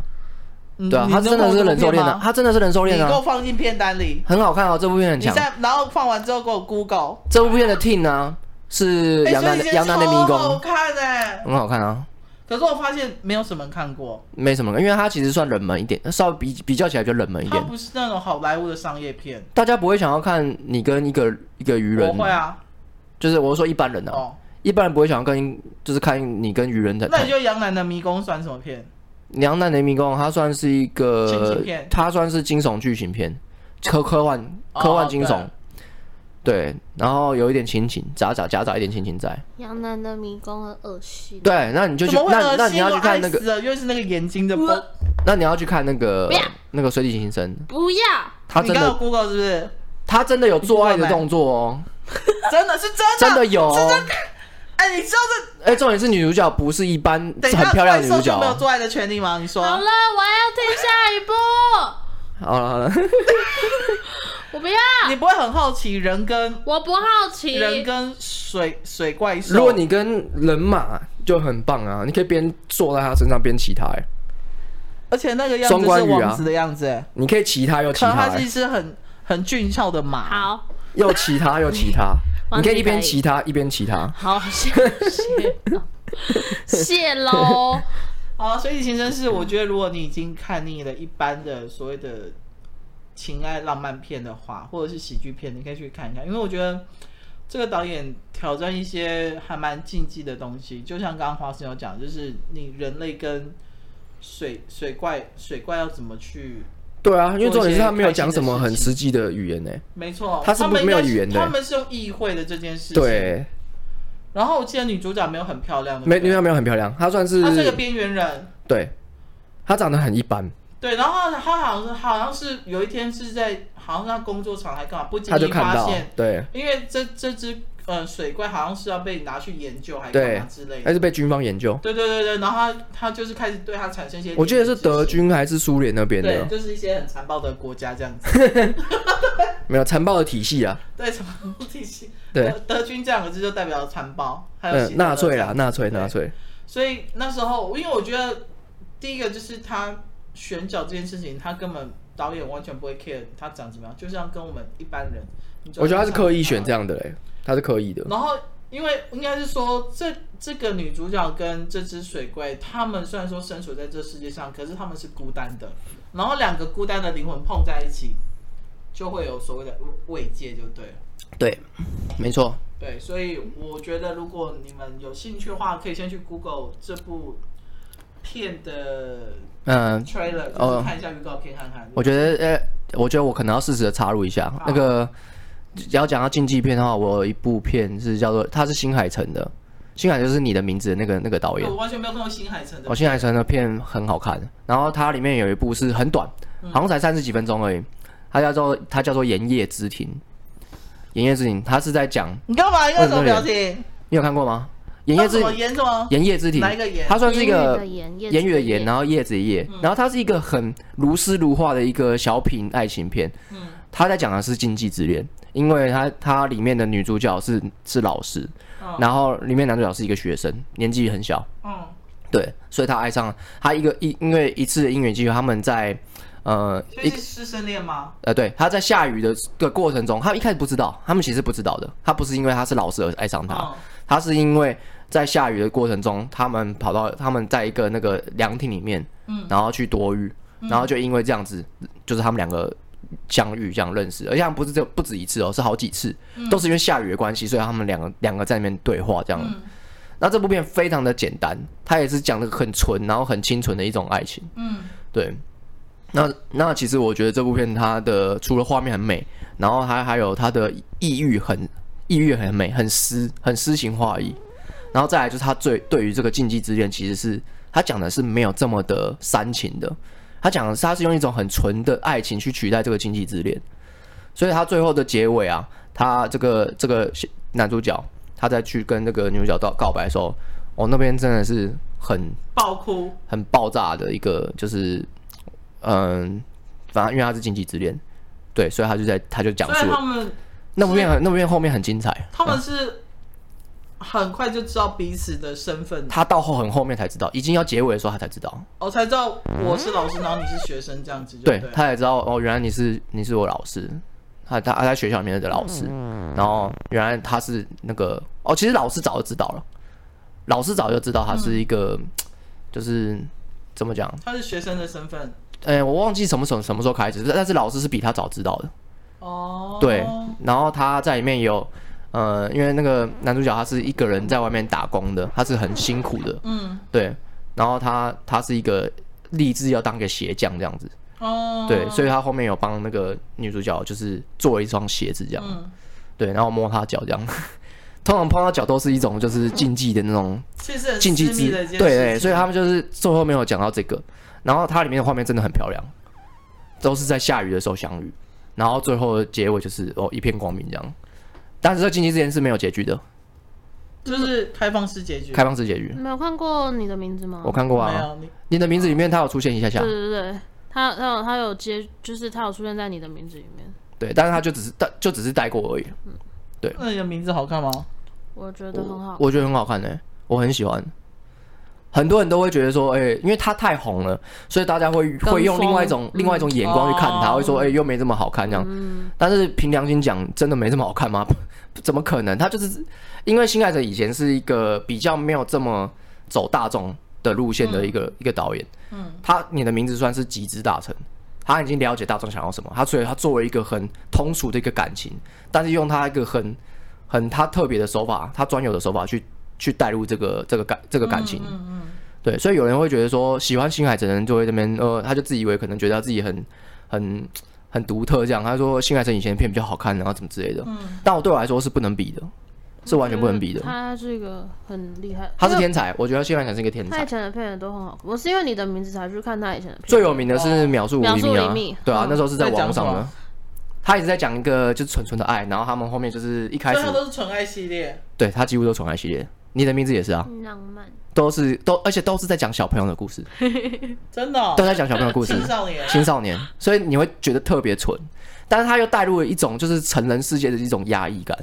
Speaker 1: 嗯
Speaker 3: 对啊，
Speaker 1: 你
Speaker 3: 他真的是人兽恋啊，
Speaker 1: 吗
Speaker 3: 他真的是人兽恋
Speaker 1: 你给我
Speaker 3: 啊，
Speaker 1: 放进片单里，
Speaker 3: 很好看啊，这部片很
Speaker 1: 你
Speaker 3: 强，
Speaker 1: 再然后放完之后给我 Google。
Speaker 3: 这部片的 Tin 呢是
Speaker 1: 哎
Speaker 3: 杨
Speaker 1: 所以
Speaker 3: 南
Speaker 1: 以前
Speaker 3: 杨南的迷
Speaker 1: 超好
Speaker 3: 宫，
Speaker 1: 看哎、
Speaker 3: 很好看啊，
Speaker 1: 可是我发现没有什么人看过，
Speaker 3: 没什么，因为它其实算冷门一点，稍微比比较起来就冷门一
Speaker 1: 它
Speaker 3: 点，
Speaker 1: 不是那种好莱坞的商业片。
Speaker 3: 大家不会想要看你跟一个一个鱼
Speaker 1: 我
Speaker 3: 人，
Speaker 1: 会啊，
Speaker 3: 就是我是说一般人啊，
Speaker 1: 哦，
Speaker 3: 一般人不会想要跟就是看你跟鱼人的。
Speaker 1: 那你就杨澜的《迷宫》算什么片？
Speaker 3: 梁南雷迷宫，它算是一
Speaker 1: 亲
Speaker 3: 个
Speaker 1: 情片，
Speaker 3: 它算是惊悚剧情片，科科幻
Speaker 1: 哦
Speaker 3: 科幻惊悚，对，然后有一点亲情，夹杂夹杂一点亲情在。
Speaker 2: 杨楠的迷宫很恶心。
Speaker 3: 对，那你就
Speaker 1: 怎
Speaker 3: 去
Speaker 1: 么会
Speaker 3: 那那
Speaker 1: 恶
Speaker 3: 你
Speaker 1: 心？
Speaker 3: 要
Speaker 1: 我
Speaker 3: 去看
Speaker 1: 爱
Speaker 3: 那
Speaker 1: 死
Speaker 3: 个，
Speaker 1: 了，又是那个眼睛的哦
Speaker 2: 不
Speaker 1: 波。
Speaker 3: 那你要去看那个
Speaker 2: 不要
Speaker 3: 那个水底情深，
Speaker 2: 不要，
Speaker 3: 他
Speaker 1: 你
Speaker 3: 真
Speaker 1: 刚有
Speaker 3: 的
Speaker 1: Google 是不是？
Speaker 3: 他真的有做爱的动作哦，
Speaker 1: 真的是真的，
Speaker 3: 真的有哦。
Speaker 1: 哎，你知道这
Speaker 3: 哎，重点是女主角不是一般
Speaker 1: 等一
Speaker 3: 很
Speaker 1: 下
Speaker 3: 漂亮
Speaker 1: 怪
Speaker 3: 的女
Speaker 1: 兽
Speaker 3: 主角
Speaker 1: 就没有
Speaker 3: 哦。
Speaker 1: 做爱的权利吗？你说
Speaker 2: 好了，我要听下 一部，
Speaker 3: 好了好了，
Speaker 2: 我不要，
Speaker 1: 你不会很好奇人跟
Speaker 2: 我不好奇。
Speaker 1: 人跟水水怪兽？
Speaker 3: 如果你跟人马就很棒啊，你可以边坐在他身上边骑他，哎
Speaker 1: 而且那个样子
Speaker 3: 双关
Speaker 1: 是
Speaker 3: 语啊
Speaker 1: 王子的样子，哎
Speaker 3: 你可以骑他又骑
Speaker 1: 可能
Speaker 3: 他
Speaker 1: 它，是一只很很俊俏的马。
Speaker 2: 好，
Speaker 3: 又骑他又骑 他，
Speaker 2: 王
Speaker 3: 你
Speaker 2: 子
Speaker 3: 可以一
Speaker 2: 可
Speaker 3: 边
Speaker 2: 以
Speaker 3: 骑他一边骑他。
Speaker 2: 好，谢谢， 谢 喽。
Speaker 1: 好，水底情深是我觉得，如果你已经看腻了一般的所谓的情爱浪漫片的话，或者是喜剧片，你可以去看一看，因为我觉得这个导演挑战一些还蛮禁忌的东西，就像刚刚华生有讲，就是你人类跟水 水怪水怪要怎么去。
Speaker 3: 对啊，因为重点是他没
Speaker 1: 做
Speaker 3: 有
Speaker 1: 一些
Speaker 3: 讲
Speaker 1: 开心的
Speaker 3: 什么很
Speaker 1: 事情
Speaker 3: 实际的语言欸呢。
Speaker 1: 没错，
Speaker 3: 他是不
Speaker 1: 们
Speaker 3: 没有
Speaker 1: 应该是
Speaker 3: 语言的
Speaker 1: 他们是用意会的这件事情。，
Speaker 3: 对，
Speaker 1: 然后我记得女主角没有很漂亮的，
Speaker 3: 没女主角没有很漂亮，她算是
Speaker 1: 她是个边缘人，
Speaker 3: 对，她长得很一般，
Speaker 1: 对，然后他好像是好像是有一天是在好像是他工作场还干嘛，不经
Speaker 3: 她就
Speaker 1: 意
Speaker 3: 看
Speaker 1: 发
Speaker 3: 到
Speaker 1: 现，
Speaker 3: 对
Speaker 1: 因为这这只呃水怪好像是要被拿去研究还干
Speaker 3: 对
Speaker 1: 嘛之类，的。
Speaker 3: 还是被军方研究。
Speaker 1: 对对对对，然后他他就是开始对他产生一些，
Speaker 3: 我记得是德，军还是苏联那边
Speaker 1: 对，
Speaker 3: 的，
Speaker 1: 就是一些很残暴的国家这样子，
Speaker 3: 没有残暴的体系啊。
Speaker 1: 对，什么体系？
Speaker 3: 对
Speaker 1: 德，德军这两个字就代表残暴，还有希
Speaker 3: 嗯，
Speaker 1: 特勒
Speaker 3: 纳粹
Speaker 1: 这样
Speaker 3: 啦，
Speaker 1: 子
Speaker 3: 纳粹，纳。
Speaker 1: 对
Speaker 3: 粹。
Speaker 1: 所以那时候，因为我觉得第一个就是他选角这件事情，他根本导演完全不会 care 他长怎么样，就像跟我们一般人，你就
Speaker 3: 我觉得他是刻意选
Speaker 1: 看
Speaker 3: 这样的嘞，他是刻意的
Speaker 1: 他。。然后，因为应该是说这这个女主角跟这只水怪，他们虽然说身处在这世界上，可是他们是孤单的，然后两个孤单的灵魂碰在一起，就会有所谓的慰藉，就对了。
Speaker 3: 对，没错。
Speaker 1: 对，所以我觉得如果你们有兴趣的话，可以先去 Google 这部片的
Speaker 3: 嗯，
Speaker 1: trailer，就
Speaker 3: 哦
Speaker 1: 是看一下预告片看看。
Speaker 3: 我觉得，呃，我觉得我可能要适时的插入一下那个，要讲到竞技片的话，我有一部片是叫做，它是新海诚的，新海就是你的名字的那个那个导演
Speaker 1: 我。完全没有看过新海诚的
Speaker 3: 哦，，新海诚的片很好看，然后它里面有一部是很短，
Speaker 1: 嗯
Speaker 3: 好像才三十几分钟而已，它叫做它叫做《盐业之庭》。盐业之庭，它是在讲，
Speaker 1: 你干嘛？你干什么表情？
Speaker 3: 你有看过吗？盐业
Speaker 1: 演
Speaker 3: 之
Speaker 1: 什么演什么？
Speaker 3: 盐业之庭
Speaker 1: 哪一，个演？
Speaker 3: 它算是一个
Speaker 2: 言语的言
Speaker 3: 言语的言，啊
Speaker 2: 呢？
Speaker 3: 然后叶子的叶，然后它是一个很如诗如画的一个小品爱情片。他在讲的是禁忌之恋，因为它它里面的女主角是是老师，然后里面男主角是一个学生，年纪很小。
Speaker 1: 嗯，
Speaker 3: 对，所以他爱上了他一个一，因为一次的因缘机会，他们在呃
Speaker 1: 所
Speaker 3: 一
Speaker 1: 以是师生恋吗？
Speaker 3: 呃对，他在下雨的的过程中，他一开始不知道，他们其实不知道的，他不是因为他是老师而爱上他，
Speaker 1: 嗯
Speaker 3: 他是因为在下雨的过程中，他们跑到他们在一个那个凉亭里面，嗯，然后去躲雨，然后就因为这样子，就是他们两个相遇这样认识，而且他们不是这不止一次哦，是好几次，都是因为下雨的关系，所以他们两个两个在那边对话这样。那这部片非常的简单，它也是讲的很纯，然后很清纯的一种爱情。
Speaker 1: 嗯，
Speaker 3: 对。那那其实我觉得这部片它的除了画面很美，然后还还有它的抑郁很抑郁很美，很诗很诗情画意。然后再来就是他最对于这个禁忌之恋，其实是他讲的是没有这么的煽情的，他讲的是他是用一种很纯的爱情去取代这个禁忌之恋。所以他最后的结尾啊，他这个这个男主角他在去跟那个女主角告告白的时候，哦那边真的是很
Speaker 1: 爆哭，
Speaker 3: 很爆炸的一个，就是嗯，反正因为他是禁忌之恋，对，所以他就在他就讲
Speaker 1: 所
Speaker 3: 述嗯
Speaker 1: 以他
Speaker 3: 了
Speaker 1: 们
Speaker 3: 那部片很，那部片后面很精彩，
Speaker 1: 他们是很快就知道彼此的身份的，
Speaker 3: 他到后很后面才知道，已经要结尾的时候他才知道，
Speaker 1: 我才知道我是老师，然后你是学生这样子就
Speaker 3: 对
Speaker 1: 对了
Speaker 3: 他才知道哦，原来你是你是我老师，他他他在学校里面的老师，然后原来他是那个哦，其实老师早就知道了，老师早就知道他是一个、就是怎么讲，
Speaker 1: 他是学生的身份
Speaker 3: 哎、我忘记什么时候什么时候开始，但是老师是比他早知道的。
Speaker 1: 哦，
Speaker 3: 对，然后他在里面也有，呃，因为那个男主角他是一个人在外面打工的，他是很辛苦的，
Speaker 1: 嗯，
Speaker 3: 对。然后他他是一个立志要当个鞋匠这样子，
Speaker 1: 哦，
Speaker 3: 对，所以他后面有帮那个女主角就是做一双鞋子这样，
Speaker 1: 嗯
Speaker 3: 对，然后摸她脚这样。 通常碰到脚都是一种就是禁忌的那种
Speaker 1: 其实很
Speaker 3: 禁忌
Speaker 1: 私密
Speaker 3: 之，
Speaker 1: 的一件
Speaker 3: 对对，
Speaker 1: 事情
Speaker 3: 所以他们就是最后没有讲到这个。然后它里面的画面真的很漂亮，都是在下雨的时候相遇，然后最后的结尾就是哦一片光明这样。但是这禁忌之前是没有结局的，
Speaker 1: 就是开放式结局，
Speaker 3: 开放式结局。
Speaker 2: 没有看过你的名字吗？
Speaker 3: 我看过
Speaker 1: 没
Speaker 3: 啊，
Speaker 1: 有你
Speaker 3: 你的名字里面它有出现一下下
Speaker 2: 对，对对，他他有他有接，就是他有出现在你的名字里面。
Speaker 3: 对，但是它就只是带就只是带过而已。
Speaker 1: 那你的名字好看吗？
Speaker 2: 我觉得很好，
Speaker 3: 我觉得很好看呢、欸我很喜欢。很多人都会觉得说，哎、因为它太红了，所以大家会
Speaker 2: 跟
Speaker 3: 会用
Speaker 2: 风
Speaker 3: 另外一种另外一种眼光去看它，
Speaker 1: 哦
Speaker 3: 会说，哎、又没这么好看这样。
Speaker 2: 嗯
Speaker 3: 但是凭良心讲，真的没这么好看吗？ 怎么可能？它就是因为《新爱者》以前是一个比较没有这么走大众的路线的一个、一个导演，嗯，他你的名字算是集之大成，他已经了解大众想要什么，他所以他作为一个很通俗的一个感情，但是用他一个很很他特别的手法，他专有的手法去去带入这个这个感这个感情。
Speaker 1: 嗯
Speaker 3: 对，所以有人会觉得说，喜欢新海诚的人就会这边呃，他就自以为可能觉得他自己很很很独特这样。他说新海诚以前的片比较好看，然后怎么之类的。
Speaker 1: 嗯
Speaker 3: 但我对我来说是不能比的，是完全不能比的。
Speaker 2: 嗯他是一个很厉害，
Speaker 3: 他是
Speaker 2: 因为
Speaker 3: 天啊才，我觉得新海诚是一个天
Speaker 2: 他以
Speaker 3: 才。
Speaker 2: 前的片也都很好看。我是因为你的名字才去看他以前的片。
Speaker 3: 最有名的
Speaker 1: 哦
Speaker 3: 是秒速五
Speaker 2: 秒
Speaker 3: 厘
Speaker 2: 速
Speaker 3: 米啊
Speaker 2: 厘米，
Speaker 3: 对啊
Speaker 2: 嗯，
Speaker 3: 那时候是在
Speaker 1: 在讲
Speaker 3: 网络上
Speaker 1: 什
Speaker 3: 的
Speaker 1: 么。
Speaker 3: 他一直在讲一个就是纯纯的爱，然后他们后面就是一开
Speaker 1: 所
Speaker 3: 始
Speaker 1: 以它，都是纯爱系列，
Speaker 3: 对他几乎都宠爱系列。你的名字也是啊，
Speaker 2: 浪漫，
Speaker 3: 都是都，而且都是在讲小朋友的故事，
Speaker 1: 真的哦
Speaker 3: 都在讲小朋友的故事。
Speaker 1: 青少年
Speaker 3: 青少年，所以你会觉得特别纯，但是他又带入了一种就是成人世界的一种压抑感。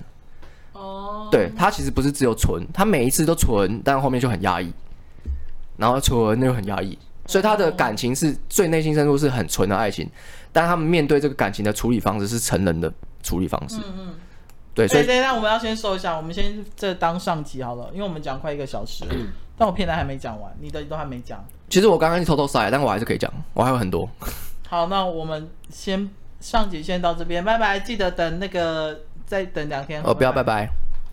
Speaker 1: 哦，
Speaker 3: 对他其实不是只有纯，他每一次都纯，但后面就很压抑，然后纯又很压抑，所以他的感情是最内心深处是很纯的爱情，但他们面对这个感情的处理方式是成人的处理方式。嗯嗯，对，所
Speaker 1: 所以
Speaker 3: 以
Speaker 1: 等一下我们要先收一下，我们先这当上集好了，因为我们讲快一个小时 了，但我片段还没讲完，你的都还没讲。
Speaker 3: 其实我刚刚偷偷塞，但我还是可以讲，我还有很多。
Speaker 1: 好，那我们先上集先到这边，拜拜，记得等那个再等两天。
Speaker 3: 哦，不要，拜拜。